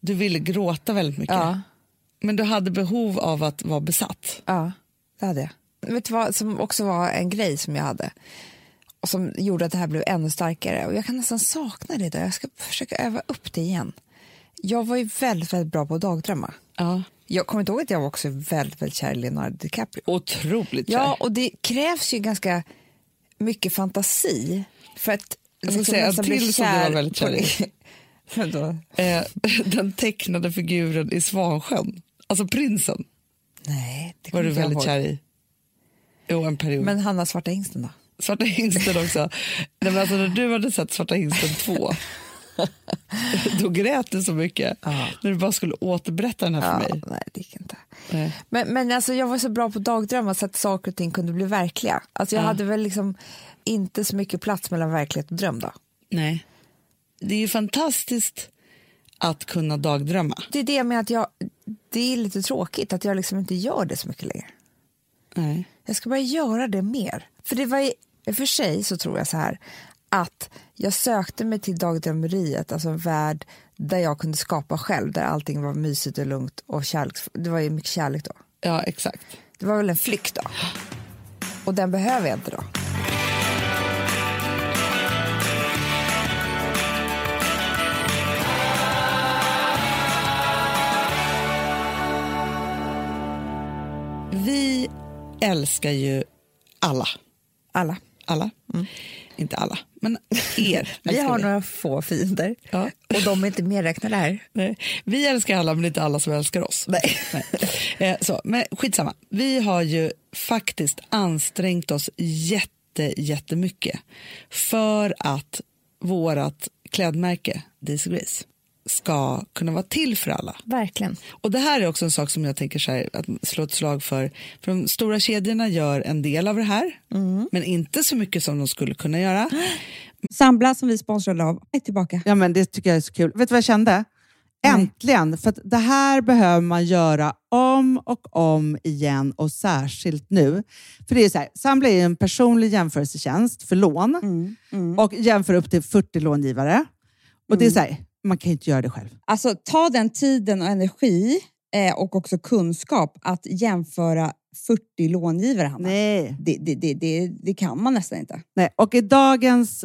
Speaker 1: du ville gråta väldigt mycket.
Speaker 2: Ja.
Speaker 1: Men du hade behov av att vara besatt.
Speaker 2: Ja, det hade jag. Vet du vad som också var en grej som jag hade och som gjorde att det här blev ännu starkare och jag kan nästan sakna det idag. Jag ska försöka öva upp det igen. Jag var ju väldigt, väldigt bra på att dagdrömma.
Speaker 1: Ja.
Speaker 2: Jag kommer inte ihåg att jag var också väldigt, väldigt kär i Leonardo DiCaprio.
Speaker 1: Otroligt kär.
Speaker 2: Ja, och det krävs ju ganska mycket fantasi för att liksom
Speaker 1: Jag ska säga en
Speaker 2: nästan bli
Speaker 1: till som du var väldigt kär i.
Speaker 2: på- Vadå?
Speaker 1: Eh, den tecknade figuren i Svansjön, alltså prinsen,
Speaker 2: Nej, det
Speaker 1: var
Speaker 2: kommer
Speaker 1: du
Speaker 2: inte jag
Speaker 1: väldigt
Speaker 2: ihåg.
Speaker 1: kär i. Jo, en period.
Speaker 2: Men Hanna Svarta Hingsten då?
Speaker 1: Svarta hingsten också. Nej, men alltså, när du hade sett Svarta hingsten 2 då grät du så mycket när du bara skulle återberätta den här för mig.
Speaker 2: nej, det gick inte.
Speaker 1: Nej.
Speaker 2: Men, men alltså, jag var så bra på dagdrömmar så att saker och ting kunde bli verkliga. Alltså, jag hade väl liksom inte så mycket plats mellan verklighet och dröm. Då.
Speaker 1: Nej. Det är ju fantastiskt att kunna dagdrömma.
Speaker 2: Det är det med att jag, det är lite tråkigt att jag liksom inte gör det så mycket längre.
Speaker 1: Nej.
Speaker 2: Jag ska bara göra det mer. För det var i, i och för sig så tror jag så här att jag sökte mig till dagdrömmeriet, alltså en värld där jag kunde skapa själv, där allting var mysigt och lugnt och kärlek. Det var ju mycket kärlek då.
Speaker 1: Ja, exakt.
Speaker 2: Det var väl en flykt då. Och den behöver jag inte då.
Speaker 1: Vi älskar ju alla.
Speaker 2: Alla.
Speaker 1: Alla. Inte alla, men er.
Speaker 2: Vi
Speaker 1: älskar
Speaker 2: har några få fiender
Speaker 1: Ja.
Speaker 2: och de är inte medräknade här.
Speaker 1: Nej. Vi älskar alla, men inte alla som älskar oss. Nej. Eh, så, men skitsamma. Vi har ju faktiskt ansträngt oss jätte, jättemycket för att vårt klädmärke, Daisy Grace, ska kunna vara till för alla.
Speaker 2: Verkligen.
Speaker 1: Och det här är också en sak som jag tänker så här, att slå ett slag för. För de stora kedjorna gör en del av det här, men inte så mycket som de skulle kunna göra.
Speaker 3: Sambla som vi sponsrade av är tillbaka.
Speaker 4: Ja, men det tycker jag är så kul. Vet du vad jag kände? Äntligen! För att det här behöver man göra om och om igen och särskilt nu. För det är ju så här, Sambla är ju en personlig jämförelsetjänst för lån och jämför upp till 40 långivare. Och det är så här, man kan ju inte göra det själv.
Speaker 3: Alltså ta den tiden och energi eh, och också kunskap att jämföra 40 långivare, Hanna.
Speaker 4: Nej.
Speaker 3: Det, det, det, det, det kan man nästan inte.
Speaker 4: Nej. Och i dagens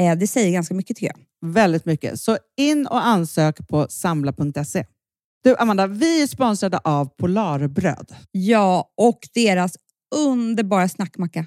Speaker 3: Eh, det säger ganska mycket tycker jag.
Speaker 4: Väldigt mycket. Så in och ansök på samla.se. Du Amanda, vi är sponsrade av Polarbröd.
Speaker 3: Ja, och deras underbara snackmacka.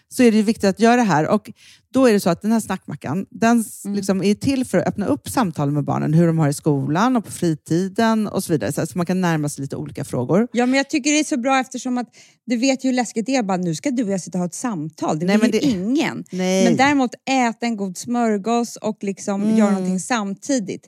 Speaker 4: så är det ju viktigt att göra det här. Och då är det så att den här snackmackan, den s- liksom är till för att öppna upp samtal med barnen, hur de har i skolan och på fritiden och så vidare. Så att man kan närma sig lite olika frågor.
Speaker 3: Ja, men jag tycker det är så bra eftersom att du vet ju hur läskigt det är. Bara, nu ska du och jag sitta och ha ett samtal. Det
Speaker 4: Nej,
Speaker 3: vill ju
Speaker 4: men det-
Speaker 3: ingen.
Speaker 4: Nej.
Speaker 3: Men däremot äta en god smörgås och liksom
Speaker 2: Mm.
Speaker 3: göra någonting samtidigt.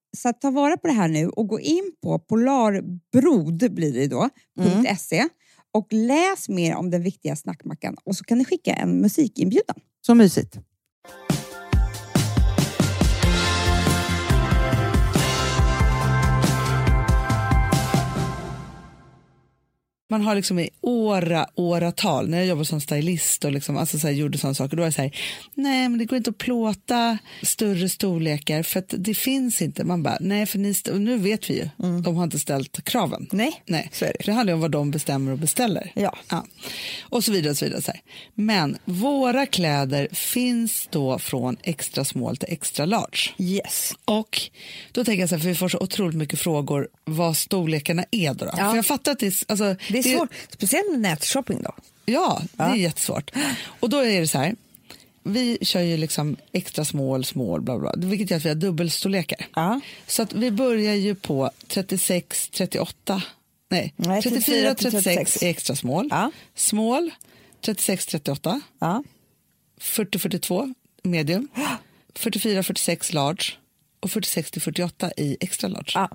Speaker 3: så att ta vara på det här nu och gå in på polarbrod blir det då,
Speaker 2: Mm.
Speaker 3: .se och läs mer om den viktiga snackmackan och så kan ni skicka en musikinbjudan.
Speaker 4: Så mysigt.
Speaker 1: Man har liksom i åra, åratal, när jag jobbade som stylist och liksom, alltså så här, gjorde sådana saker, då var det så här, nej men det går inte att plåta större storlekar för att det finns inte. Man bara, nej för ni, st- och nu vet vi ju, de
Speaker 4: Mm.
Speaker 1: har inte ställt kraven.
Speaker 2: Nej,
Speaker 1: nej.
Speaker 2: så är det.
Speaker 1: För det handlar ju om vad de bestämmer och beställer.
Speaker 2: Ja.
Speaker 1: Och så vidare och så vidare. Så här. Men våra kläder finns då från extra small till extra large.
Speaker 2: Yes.
Speaker 1: Och då tänker jag så här, för vi får så otroligt mycket frågor vad storlekarna är då. då.
Speaker 2: Ja.
Speaker 1: För jag fattar att det är, s- alltså,
Speaker 2: Det är svårt, speciellt nätshopping då.
Speaker 1: Ja, det är jättesvårt. Och då är det så här, vi kör ju liksom extra small, small, bla bla, bla, vilket gör att vi har dubbelstorlekar.
Speaker 2: Ja.
Speaker 1: Så att vi börjar ju på 36, 38, nej,
Speaker 2: Nej,
Speaker 1: 34,
Speaker 2: 36
Speaker 1: 36, är extra small,
Speaker 2: Ja.
Speaker 1: small, 36, 38,
Speaker 2: Ja.
Speaker 1: 40, 42 medium, 44, 46 large och 46 till 48 i extra large.
Speaker 2: Ja.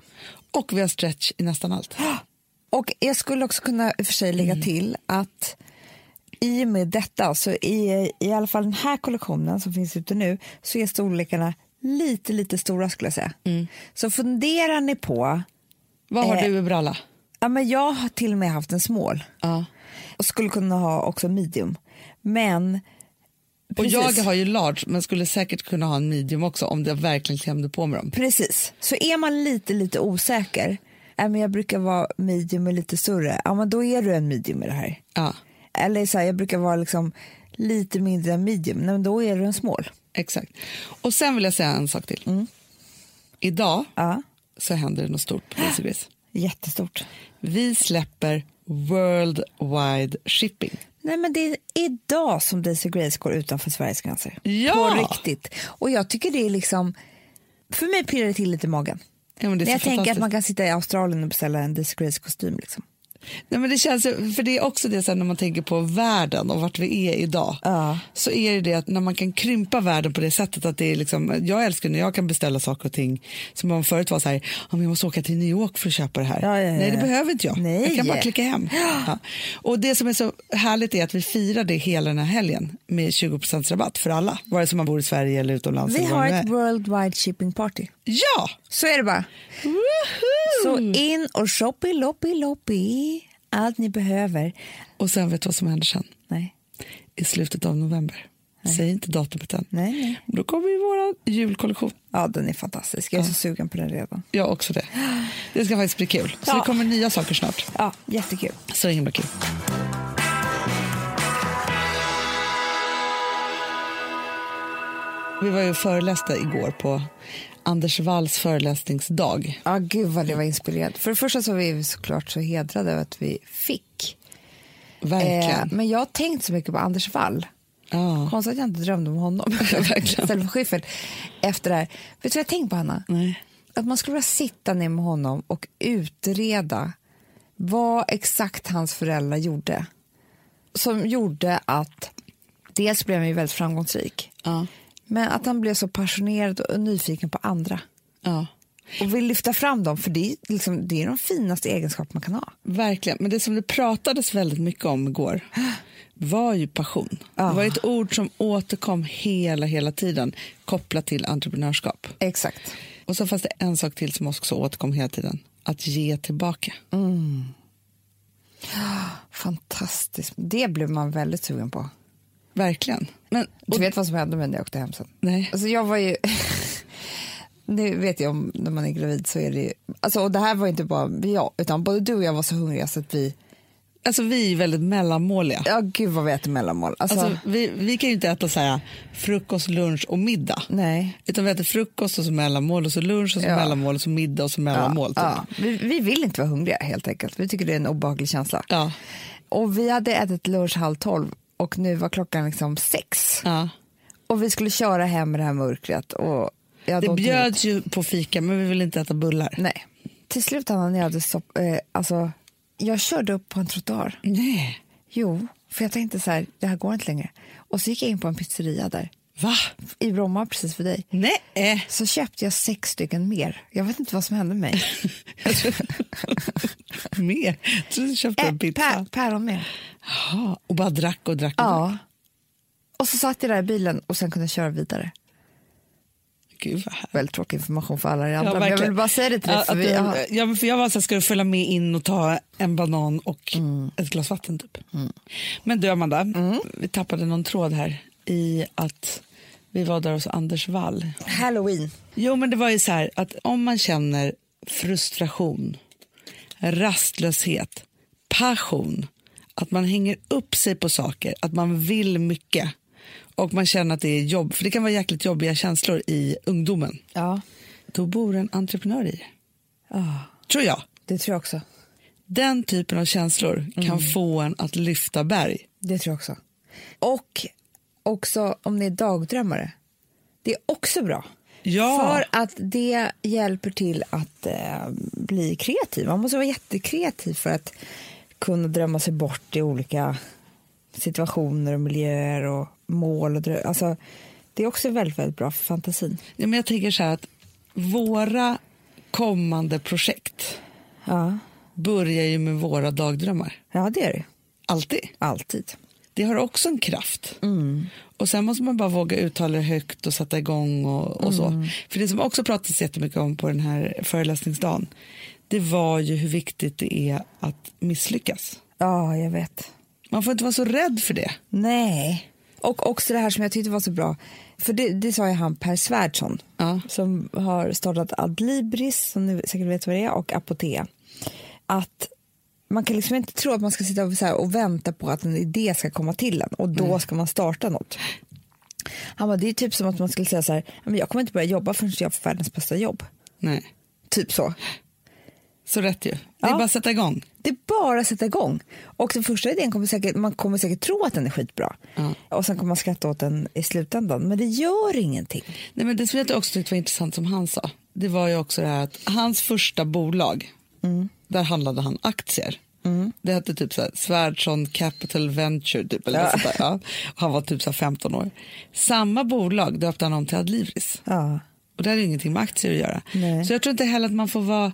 Speaker 1: Och vi har stretch i nästan allt.
Speaker 2: Och jag skulle också kunna i och för sig lägga
Speaker 1: Mm.
Speaker 2: till att i och med detta, så i, i alla fall den här kollektionen som finns ute nu, så är storlekarna lite, lite stora skulle jag säga.
Speaker 1: Mm.
Speaker 2: Så funderar ni på,
Speaker 1: Vad har
Speaker 2: Eh.
Speaker 1: du i bralla?
Speaker 2: ja men jag har till och med haft en small
Speaker 1: Ja.
Speaker 2: och skulle kunna ha också medium, men
Speaker 1: Och
Speaker 2: Precis.
Speaker 1: jag har ju large men skulle säkert kunna ha en medium också om jag verkligen klämde på mig dem.
Speaker 2: Precis. Så är man lite, lite osäker, äh, men jag brukar vara medium och lite större, ja men då är du en medium i det här.
Speaker 1: Ja,
Speaker 2: Eller så här, jag brukar vara liksom lite mindre än medium, nej, men då är du en small.
Speaker 1: exakt. Och sen vill jag säga en sak till.
Speaker 2: Mm.
Speaker 1: Idag
Speaker 2: Ja,
Speaker 1: så händer det något stort på Lazy Grace.
Speaker 2: jättestort.
Speaker 1: Vi släpper worldwide shipping.
Speaker 2: Nej men det är idag som Daisy Grace går utanför Sveriges gränser.
Speaker 1: Ja!
Speaker 2: På riktigt. Och jag tycker det är liksom, för mig pirrar det till lite i magen.
Speaker 1: Ja, men det är
Speaker 2: När
Speaker 1: så
Speaker 2: jag tänker att
Speaker 1: fantastiskt.
Speaker 2: man kan sitta i Australien och beställa en Daisy Grace kostym liksom.
Speaker 1: Nej, men det känns ju- för det är också det sen när man tänker på världen och vart vi är idag.
Speaker 2: Ja.
Speaker 1: Så är det det att när man kan krympa världen på det sättet att det är liksom, jag älskar när jag kan beställa saker och ting som man förut var så här, "Ja, men jag måste åka till New York för att köpa det här.
Speaker 2: Ja, ja, ja,
Speaker 1: Nej, det
Speaker 2: ja.
Speaker 1: behöver inte jag.
Speaker 2: Nej.
Speaker 1: Jag kan bara klicka hem. Ja. Och det som är så härligt är att vi firar det hela den här helgen med 20 rabatt för alla, vare sig man bor i Sverige eller utomlands.
Speaker 2: Vi
Speaker 1: eller vad
Speaker 2: har
Speaker 1: det nu
Speaker 2: ett
Speaker 1: är.
Speaker 2: worldwide shipping party.
Speaker 1: Ja!
Speaker 2: Så är det bara. Så
Speaker 1: Mm.
Speaker 2: in och shoppy loppy loppy. Allt ni behöver.
Speaker 1: Och sen vet du vad som händer sen?
Speaker 2: Nej.
Speaker 1: I slutet av november. Säg inte datumet än.
Speaker 2: Nej, nej.
Speaker 1: Då kommer ju vår julkollektion.
Speaker 2: Ja, den är fantastisk. Jag är så sugen på den redan.
Speaker 1: Jag också det. Det ska faktiskt bli kul. Så
Speaker 2: Ja.
Speaker 1: det kommer nya saker snart.
Speaker 2: Ja, jättekul.
Speaker 1: Så himla kul. Vi var ju och föreläste igår på Anders Walls föreläsningsdag.
Speaker 2: Ja, gud vad det var inspirerande. För det första så är vi såklart så hedrade över att vi fick. Eh,
Speaker 1: Verkligen.
Speaker 2: men jag har tänkt så mycket på Anders Wall.
Speaker 1: Ja.
Speaker 2: Konstigt att jag inte drömde om honom istället för Schyffert. Efter det här. Vet du vad jag tänkt på, Hanna?
Speaker 1: Nej.
Speaker 2: Att man skulle vilja sitta ner med honom och utreda vad exakt hans föräldrar gjorde. Som gjorde att dels blev han ju väldigt framgångsrik.
Speaker 1: Ja.
Speaker 2: Men att han blev så passionerad och nyfiken på andra.
Speaker 1: ja.
Speaker 2: Och vill lyfta fram dem, för det är, liksom, det är de finaste egenskaper man kan ha.
Speaker 1: Verkligen. Men det som det pratades väldigt mycket om igår var ju passion. Det
Speaker 2: Ah.
Speaker 1: var ett ord som återkom hela, hela tiden kopplat till entreprenörskap.
Speaker 2: Exakt.
Speaker 1: Och så fanns det en sak till som också återkom hela tiden. Att ge tillbaka.
Speaker 2: Fantastiskt. Det blev man väldigt sugen på.
Speaker 1: Verkligen. Men,
Speaker 2: Du vet vad som hände med när jag åkte hem sen?
Speaker 1: Nej.
Speaker 2: Alltså jag var ju... Nu vet jag om när man är gravid så är det ju, alltså, och det här var inte bara jag, utan både du och jag var så hungriga så att vi,
Speaker 1: Alltså vi är väldigt mellanmåliga.
Speaker 2: ja gud vad vi äter mellanmål. Alltså,
Speaker 1: Alltså, vi, vi kan ju inte äta så här, frukost, lunch och middag.
Speaker 2: nej.
Speaker 1: Utan vi äter frukost och så mellanmål och så lunch och så
Speaker 2: Ja.
Speaker 1: mellanmål och så middag och så mellanmål. typ.
Speaker 2: Ja, vi, vi vill inte vara hungriga helt enkelt, vi tycker det är en obehaglig känsla.
Speaker 1: Ja.
Speaker 2: Och vi hade ätit lunch halv tolv och nu var klockan liksom sex.
Speaker 1: Ja.
Speaker 2: Och vi skulle köra hem i det här mörkret och jag hade
Speaker 1: Det
Speaker 2: ont i huvudet.
Speaker 1: bjöds ju på fika men vi ville inte äta bullar.
Speaker 2: Nej. Till slut Anna, när jag hade sopp, eh, alltså, jag körde upp på en trottoar.
Speaker 1: Nej.
Speaker 2: Jo, för jag tänkte så här, det här går inte längre. Och så gick jag in på en pizzeria där,
Speaker 1: Va?
Speaker 2: i Bromma precis för dig.
Speaker 1: Nej.
Speaker 2: Så köpte jag sex stycken mer. Jag vet inte vad som hände med mig.
Speaker 1: Mer? Jag trodde du köpte en
Speaker 2: Eh,
Speaker 1: pizza.
Speaker 2: pär, päron mer.
Speaker 1: Jaha, och bara drack och drack. Och drack.
Speaker 2: Ja. Och så satt jag där i bilen och sen kunde jag köra vidare.
Speaker 1: Gud vad härligt.
Speaker 2: Väldigt tråkig information för alla er andra, men jag
Speaker 1: verkligen.
Speaker 2: vill bara säga det till dig.
Speaker 1: Ja,
Speaker 2: för
Speaker 1: att
Speaker 2: vi,
Speaker 1: du-
Speaker 2: ja.
Speaker 1: ja, men för jag var så här, ska du följa med in och ta en banan och
Speaker 2: Mm.
Speaker 1: ett glas vatten typ. Men du Amanda, vi tappade någon tråd här i att vi var där hos Anders Wall.
Speaker 2: Halloween.
Speaker 1: Jo men det var ju så här att om man känner frustration, rastlöshet, passion, att man hänger upp sig på saker, att man vill mycket och man känner att det är jobb, för det kan vara jäkligt jobbiga känslor i ungdomen.
Speaker 2: Ja,
Speaker 1: Då bor en entreprenör i
Speaker 2: Ja,
Speaker 1: det, tror jag.
Speaker 2: det tror jag också.
Speaker 1: Den typen av känslor kan få en att lyfta berg.
Speaker 2: Det tror jag också. Och också om ni är dagdrömmare. Det är också bra.
Speaker 1: Ja.
Speaker 2: För att det hjälper till att eh, bli kreativ. Man måste vara jättekreativ för att kunna drömma sig bort i olika situationer och miljöer och mål. Och drö- alltså, det är också väldigt, väldigt bra för fantasin.
Speaker 1: Ja, men jag tänker så här att våra kommande projekt
Speaker 2: Ja,
Speaker 1: börjar ju med våra dagdrömmar.
Speaker 2: ja det är det.
Speaker 1: Alltid.
Speaker 2: Alltid.
Speaker 1: det har också en kraft. Och sen måste man bara våga uttala det högt och sätta igång och, och så. För det som också pratades jättemycket om på den här föreläsningsdagen, det var ju hur viktigt det är att misslyckas.
Speaker 2: Ja, jag vet.
Speaker 1: Man får inte vara så rädd för det.
Speaker 2: Nej. Och också det här som jag tyckte var så bra. För det, det sa ju han Per Svärdson.
Speaker 1: Ja.
Speaker 2: Som har startat Adlibris, som ni säkert vet vad det är, och Apotea. Att man kan liksom inte tro att man ska sitta och, så här och vänta på att en idé ska komma till en och då ska man starta något. Han bara, det är typ som att man skulle säga så här, "Ja, men jag kommer inte börja jobba förrän jag får världens bästa jobb.
Speaker 1: Nej,
Speaker 2: Typ så.
Speaker 1: så rätt ju. Det är
Speaker 2: Ja.
Speaker 1: bara att sätta igång.
Speaker 2: Det är bara att sätta igång. Och den första idén kommer säkert, man kommer säkert tro att den är skitbra.
Speaker 1: Ja.
Speaker 2: Och sen kommer man skratta åt den i slutändan. Men det gör ingenting.
Speaker 1: Nej, men det som jag också tyckte var intressant som han sa, det var ju också det här att hans första bolag, där handlade han aktier. Det hette typ så här, Svärdsson Capital Venture, typ, eller något sånt där, ja. Och han var typ så här 15 år. Samma bolag döpte han om till Adlivris.
Speaker 2: Ja.
Speaker 1: Och det hade ju ingenting med aktier att göra.
Speaker 2: Nej.
Speaker 1: Så jag tror inte heller att man får vara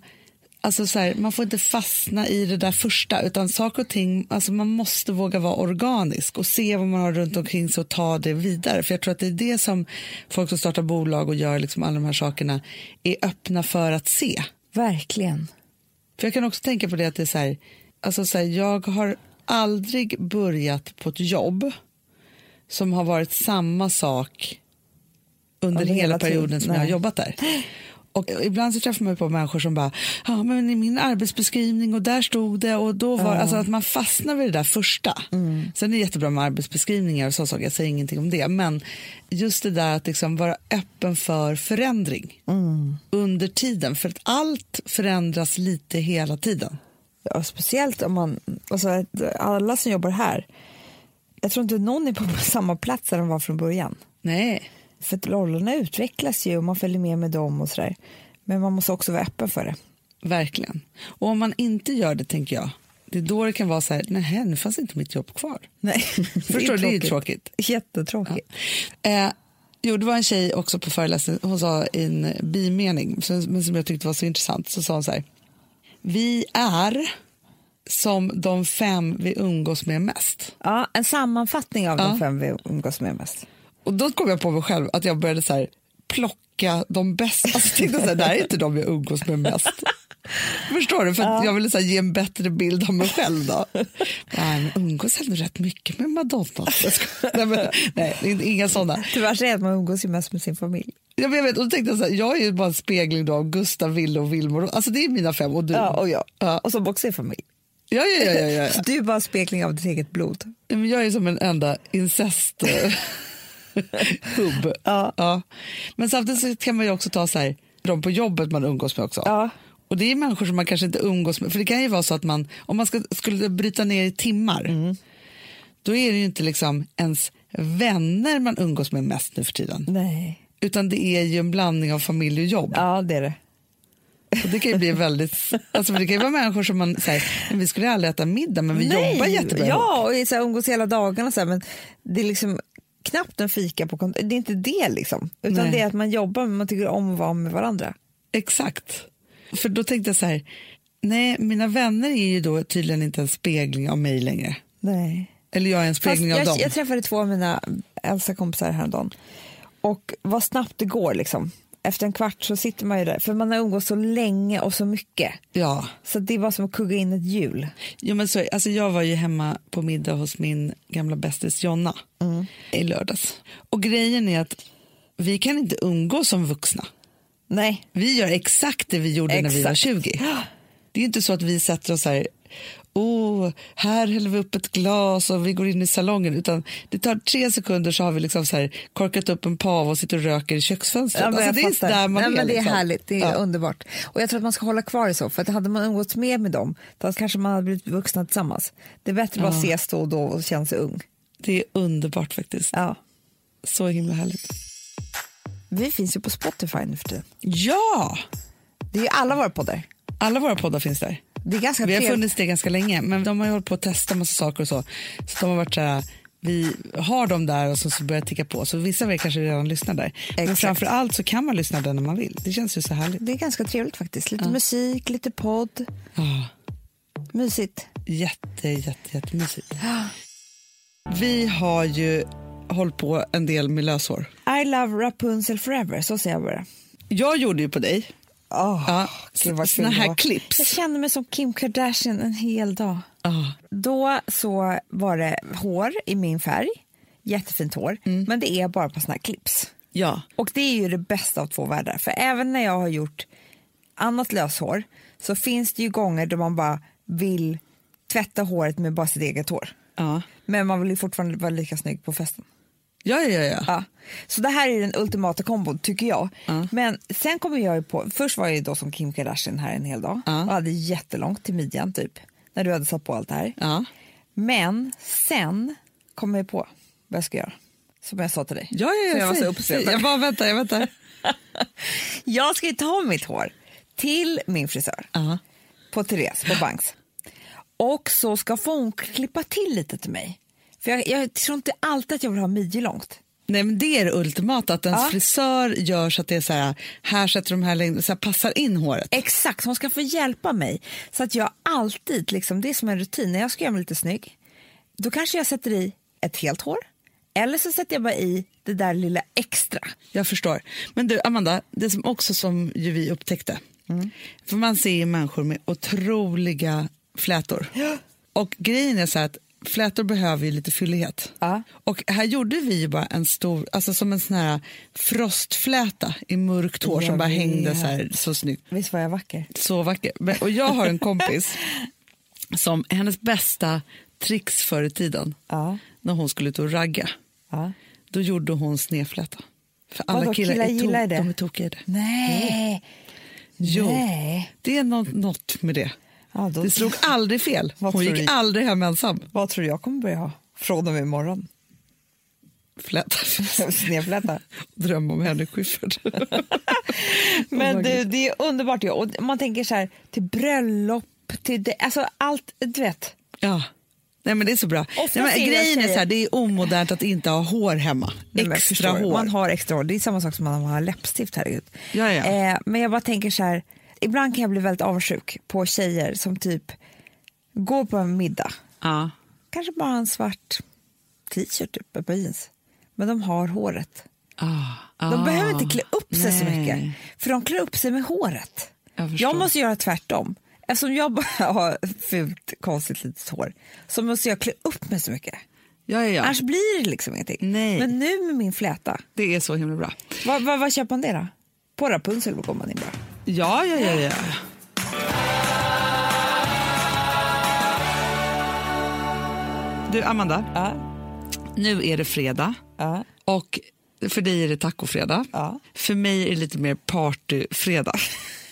Speaker 1: Alltså så här, man får inte fastna i det där första, utan saker och ting, alltså man måste våga vara organisk och se vad man har runt omkring sig och ta det vidare. För jag tror att det är det som folk som startar bolag och gör liksom alla de här sakerna är öppna för att se.
Speaker 2: Verkligen.
Speaker 1: För jag kan också tänka på det att det är så här, alltså så här, jag har aldrig börjat på ett jobb som har varit samma sak under
Speaker 2: Under
Speaker 1: hela,
Speaker 2: hela tiden,
Speaker 1: perioden som jag har
Speaker 2: nej.
Speaker 1: jobbat där. Och ibland så träffar man ju på människor som bara, ja men i min arbetsbeskrivning och där stod det och då var alltså att man fastnar vid det där första.
Speaker 2: Mm.
Speaker 1: Sen är det jättebra med arbetsbeskrivningar och sådana saker, jag säger ingenting om det, men just det där att liksom vara öppen för förändring
Speaker 2: Mm.
Speaker 1: under tiden, för att allt förändras lite hela tiden.
Speaker 2: Ja, speciellt om man, alltså, att alla som jobbar här, jag tror inte någon är på samma plats där de var från början.
Speaker 1: Nej.
Speaker 2: För att rollerna utvecklas ju och man följer med med dem och sådär. Men man måste också vara öppen för det.
Speaker 1: Verkligen. Och om man inte gör det, tänker jag, det är då det kan vara så här, nej, nu fanns inte mitt jobb kvar.
Speaker 2: Nej.
Speaker 1: Förstår du? Det är ju tråkigt.
Speaker 2: Jättetråkigt.
Speaker 1: Eh, jo, det var en tjej också på föreläsningen, hon sa i en bimening, som, men som jag tyckte var så intressant, så sa hon så här, vi är som de fem vi umgås med mest.
Speaker 2: Ja. en sammanfattning av de fem vi umgås med mest.
Speaker 1: Och då kom jag på mig själv att jag började så här, plocka de bästa, alltså jag tänkte så här, det här är inte de jag umgås med mest. Förstår du? För att jag ville så här, ge en bättre bild av mig själv då. Nej, men umgås ändå rätt mycket med Madonna. Jag skojar. Nej, men, nej inga sådana.
Speaker 2: Tyvärr så är det att man umgås ju mest med sin familj.
Speaker 1: Ja, men jag, vet, och då tänkte jag, så här, jag är ju bara en spegling då av Gustav, Ville och Vilmor. Alltså det är mina fem och du.
Speaker 2: Ja, och jag.
Speaker 1: Ja.
Speaker 2: Och som också är familj.
Speaker 1: Ja, ja, ja, ja, ja.
Speaker 2: Så Du är bara en spegling av ditt eget blod.
Speaker 1: Ja, men Jag är ju som en enda incest eh, hubb.
Speaker 2: Ja.
Speaker 1: Men samtidigt så kan man ju också ta så här, de på jobbet man umgås med också.
Speaker 2: Ja.
Speaker 1: Och det är människor som man kanske inte umgås med. För det kan ju vara så att man, om man ska, skulle bryta ner i timmar,
Speaker 2: Mm.
Speaker 1: då är det ju inte liksom ens vänner man umgås med mest nu för tiden.
Speaker 2: Nej.
Speaker 1: Utan det är ju en blandning av familj och jobb.
Speaker 2: Ja, det är det.
Speaker 1: Och det kan ju bli väldigt, alltså för det kan ju vara människor som man säger, "Men vi skulle aldrig äta middag men vi jobbar jättebra ihop."
Speaker 2: Ja, och är så här, umgås hela dagarna. Så här, men det är liksom knappt en fika på kontoret. Det är inte det liksom. Utan
Speaker 1: Nej.
Speaker 2: det är att man jobbar men man tycker om att vara med varandra.
Speaker 1: Exakt. För då tänkte jag så här, nej, mina vänner är ju då tydligen inte en spegling av mig längre.
Speaker 2: Nej.
Speaker 1: Eller jag är en
Speaker 2: Fast
Speaker 1: spegling av
Speaker 2: jag,
Speaker 1: dem.
Speaker 2: jag träffade två av mina äldsta kompisar häromdagen. Och vad snabbt det går liksom. Efter en kvart så sitter man ju där. För man har umgås så länge och så mycket.
Speaker 1: Ja,
Speaker 2: Så det var som att kugga in ett hjul.
Speaker 1: jo, men så, är- alltså jag var ju hemma på middag hos min gamla bästis Jonna
Speaker 2: Mm.
Speaker 1: i lördags. Och grejen är att vi kan inte umgås som vuxna.
Speaker 2: Nej.
Speaker 1: Vi gör exakt det vi gjorde när vi var
Speaker 2: Exakt.
Speaker 1: 20. Det är ju inte så att vi sätter oss här, oh, här häller vi upp ett glas och vi går in i salongen, utan det tar tre sekunder så har vi liksom så här korkat upp en pav och sitter och röker i köksfönstret.
Speaker 2: Ja, men
Speaker 1: alltså,
Speaker 2: jag
Speaker 1: det är
Speaker 2: fattar.
Speaker 1: där man
Speaker 2: Nej,
Speaker 1: är.
Speaker 2: men det är
Speaker 1: liksom.
Speaker 2: härligt, det är
Speaker 1: Ja.
Speaker 2: underbart. Och jag tror att man ska hålla kvar i så, för att hade man umgåtts mer med dem, då kanske man hade blivit vuxna tillsammans. Det är bättre att bara ses då och då och känna sig ung.
Speaker 1: Det är underbart faktiskt.
Speaker 2: Ja.
Speaker 1: Så himla härligt.
Speaker 2: Vi finns ju på Spotify nu för tiden.
Speaker 1: Ja!
Speaker 2: Det är ju alla våra poddar.
Speaker 1: Alla våra poddar finns där.
Speaker 2: Det är ganska
Speaker 1: Vi har
Speaker 2: trevligt.
Speaker 1: funnits det ganska länge, men de har ju hållit på att testa massa saker och så. Så de har varit så här, vi har dem där och så, så börjar det ticka på. Så vissa av er kanske redan lyssnar där. Men
Speaker 2: Exakt.
Speaker 1: framför allt så kan man lyssna där när man vill. Det känns ju så härligt.
Speaker 2: Det är ganska trevligt faktiskt. Lite musik, lite podd.
Speaker 1: Ja,
Speaker 2: Mysigt.
Speaker 1: jätte, jätte, jättemysigt. Vi har ju hållit på en del med lösår.
Speaker 2: I love Rapunzel forever, så säger jag bara.
Speaker 1: Jag gjorde ju på dig.
Speaker 2: Oh,
Speaker 1: Ja, såna här clips.
Speaker 2: Jag kände mig som Kim Kardashian en hel dag.
Speaker 1: Ja.
Speaker 2: Då så var det hår i min färg, jättefint hår, men det är bara på såna här clips.
Speaker 1: Ja.
Speaker 2: Och det är ju det bästa av två världar, för även när jag har gjort annat löshår så finns det ju gånger då man bara vill tvätta håret med bara sitt eget hår.
Speaker 1: Ja.
Speaker 2: Men man vill ju fortfarande vara lika snygg på festen.
Speaker 1: Ja, ja, ja.
Speaker 2: Ja. Så det här är den ultimata kombon tycker jag. Men sen kommer jag ju på, först var jag ju då som Kim Kardashian här en hel dag och hade jättelångt till midjan typ. När du hade satt på allt det här.
Speaker 1: Ja,
Speaker 2: Men sen kom jag på vad jag ska göra. Som jag sa till dig.
Speaker 1: ja, ja, ja
Speaker 2: För jag var så
Speaker 1: säg,
Speaker 2: uppspelad.
Speaker 1: säg. Jag bara väntar, jag väntar.
Speaker 2: Jag ska ju ta mitt hår till min frisör
Speaker 1: Ja.
Speaker 2: på Therese på Banks. Och så ska få hon klippa till lite till mig. För jag, jag tror inte alltid att jag vill ha midjelångt.
Speaker 1: Nej, men det är det ultimata, att ens
Speaker 2: Ja.
Speaker 1: frisör gör så att det är så här, här sätter de här längden, så här passar in
Speaker 2: Eh.
Speaker 1: håret.
Speaker 2: Exakt, hon ska få hjälpa mig. Så att jag alltid, liksom, det är som en rutin, när jag ska göra mig lite snygg, då kanske jag sätter i ett helt hår. Eller så sätter jag bara i det där lilla extra.
Speaker 1: Jag förstår. Men du, Amanda, det som också som ju vi upptäckte,
Speaker 2: Mm.
Speaker 1: för man ser ju människor med otroliga flätor. Och grejen är så här att flätor behöver ju lite fyllighet.
Speaker 2: Ja.
Speaker 1: Och här gjorde vi ju bara en stor, alltså som en sån här frostfläta i mörkt hår som
Speaker 2: Jag
Speaker 1: bara
Speaker 2: vet.
Speaker 1: hängde så här så snyggt.
Speaker 2: Visst var jag vacker?
Speaker 1: Så vacker. Men, och jag har en kompis som hennes bästa tricks förr i tiden,
Speaker 2: Ja.
Speaker 1: när hon skulle ut och ragga,
Speaker 2: Ja.
Speaker 1: då gjorde hon snefläta. För alla
Speaker 2: Vadå,
Speaker 1: killar,
Speaker 2: killar
Speaker 1: är,
Speaker 2: gillar
Speaker 1: to-
Speaker 2: det?
Speaker 1: De är tokiga i det.
Speaker 2: Nej!
Speaker 1: Jo,
Speaker 2: Nej.
Speaker 1: det är något, något med det.
Speaker 2: Ja, då-
Speaker 1: Det slog aldrig fel.
Speaker 2: Vad
Speaker 1: Hon
Speaker 2: tror
Speaker 1: gick
Speaker 2: du?
Speaker 1: aldrig hem ensam.
Speaker 2: Vad tror du jag kommer börja ha från och med imorgon?
Speaker 1: Fläta.
Speaker 2: Snedfläta.
Speaker 1: Dröm om Henrik Schyffert.
Speaker 2: Men du, det är underbart. Ja. Och man tänker så här, till bröllop, till det, alltså allt, du vet.
Speaker 1: ja. Nej men det är så bra.
Speaker 2: Ofta
Speaker 1: Nej, men
Speaker 2: ser jag
Speaker 1: grejen är
Speaker 2: tjejer-
Speaker 1: så här, det är omodernt att inte ha hår hemma.
Speaker 2: Nej, men jag
Speaker 1: Extra
Speaker 2: förstår.
Speaker 1: hår.
Speaker 2: Man har extra hår. Det är samma sak som man har läppstift, herregud.
Speaker 1: Ja, ja.
Speaker 2: Eh, men jag bara tänker så här, ibland kan jag bli väldigt avundsjuk på tjejer som typ går på en middag,
Speaker 1: Ja.
Speaker 2: kanske bara en svart t-shirt typ, ett par jeans, men de har håret.
Speaker 1: Ah, ah.
Speaker 2: De behöver inte klä upp sig så
Speaker 1: Nej.
Speaker 2: mycket, för de klär upp sig med håret.
Speaker 1: Jag
Speaker 2: Jag,
Speaker 1: förstår.
Speaker 2: måste göra tvärtom. Eftersom jag bara har fult, konstigt litet hår så måste jag klä upp mig så mycket.
Speaker 1: Ja, ja, ja.
Speaker 2: Annars blir det liksom ingenting.
Speaker 1: Nej.
Speaker 2: Men nu med min fläta,
Speaker 1: Det är så himla bra.
Speaker 2: vad, vad, vad köper man det då? På Rapunzel går man in bra.
Speaker 1: Ja, ja, ja, ja. Du, Amanda.
Speaker 2: Ja,
Speaker 1: Nu är det fredag
Speaker 2: ja,
Speaker 1: och för dig är det tacofredag.
Speaker 2: ja.
Speaker 1: För mig är det lite mer partyfredag.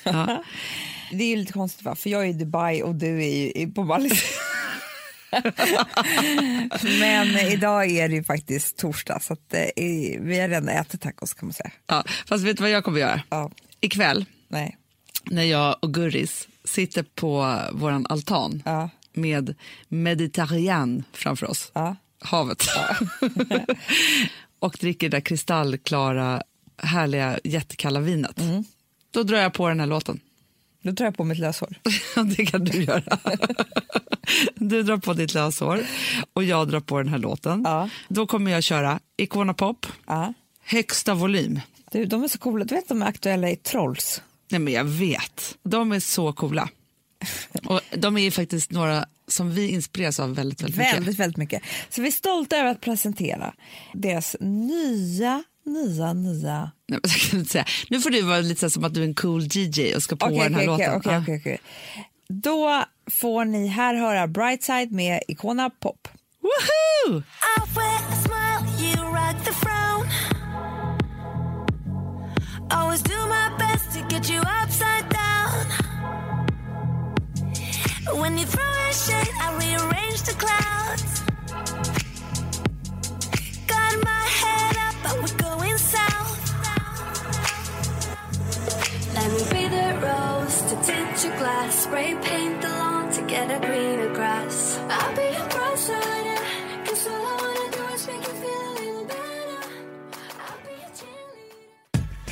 Speaker 1: Ja.
Speaker 2: Det är ju lite konstigt va? För jag är i Dubai och du är ju i- på Mallis. Men idag är det ju faktiskt torsdag så att, eh, i- vi har redan ätit tacos kan man säga.
Speaker 1: Ja. Fast vet du vad jag kommer göra?
Speaker 2: Ja,
Speaker 1: Ikväll
Speaker 2: nej.
Speaker 1: när jag och Gurris sitter på våran altan
Speaker 2: Ja.
Speaker 1: med Mediterranean framför oss,
Speaker 2: Ja.
Speaker 1: havet, och dricker det där kristallklara, härliga, jättekalla vinet.
Speaker 2: Mm.
Speaker 1: Då drar jag på den här låten.
Speaker 2: Då tar jag på mitt löshår.
Speaker 1: Det kan du göra. Du drar på ditt löshår och jag drar på den här låten.
Speaker 2: Ja.
Speaker 1: Då kommer jag köra Icona Pop,
Speaker 2: Ja.
Speaker 1: högsta volym.
Speaker 2: Du, de är så coola. Du vet de är aktuella i Trolls?
Speaker 1: Nej, men jag vet. De är så coola. Och de är ju faktiskt några som vi inspireras av väldigt, väldigt mycket.
Speaker 2: Väldigt, väldigt mycket. Så vi är stolta över att presentera deras nya, nya, nya...
Speaker 1: Nej, men jag kan inte säga. Nu får du vara lite så här som att du är en cool DJ och ska på den här
Speaker 2: okej, okej,
Speaker 1: låten.
Speaker 2: okej,
Speaker 1: Ja.
Speaker 2: okej, okej. Då får ni här höra Brightside med Icona Pop.
Speaker 1: Woohoo!
Speaker 5: I wear a smile, you rock the frown. Always do my best to get you upside down. When you throw a shade, I rearrange the clouds. Got my head up, but we're going south. Let me be the rose to tint your glass. Spray paint the lawn to get a greener grass. I'll be your brightsider, cause all I wanna do is make you feel a little better. I'll be your cheerleader.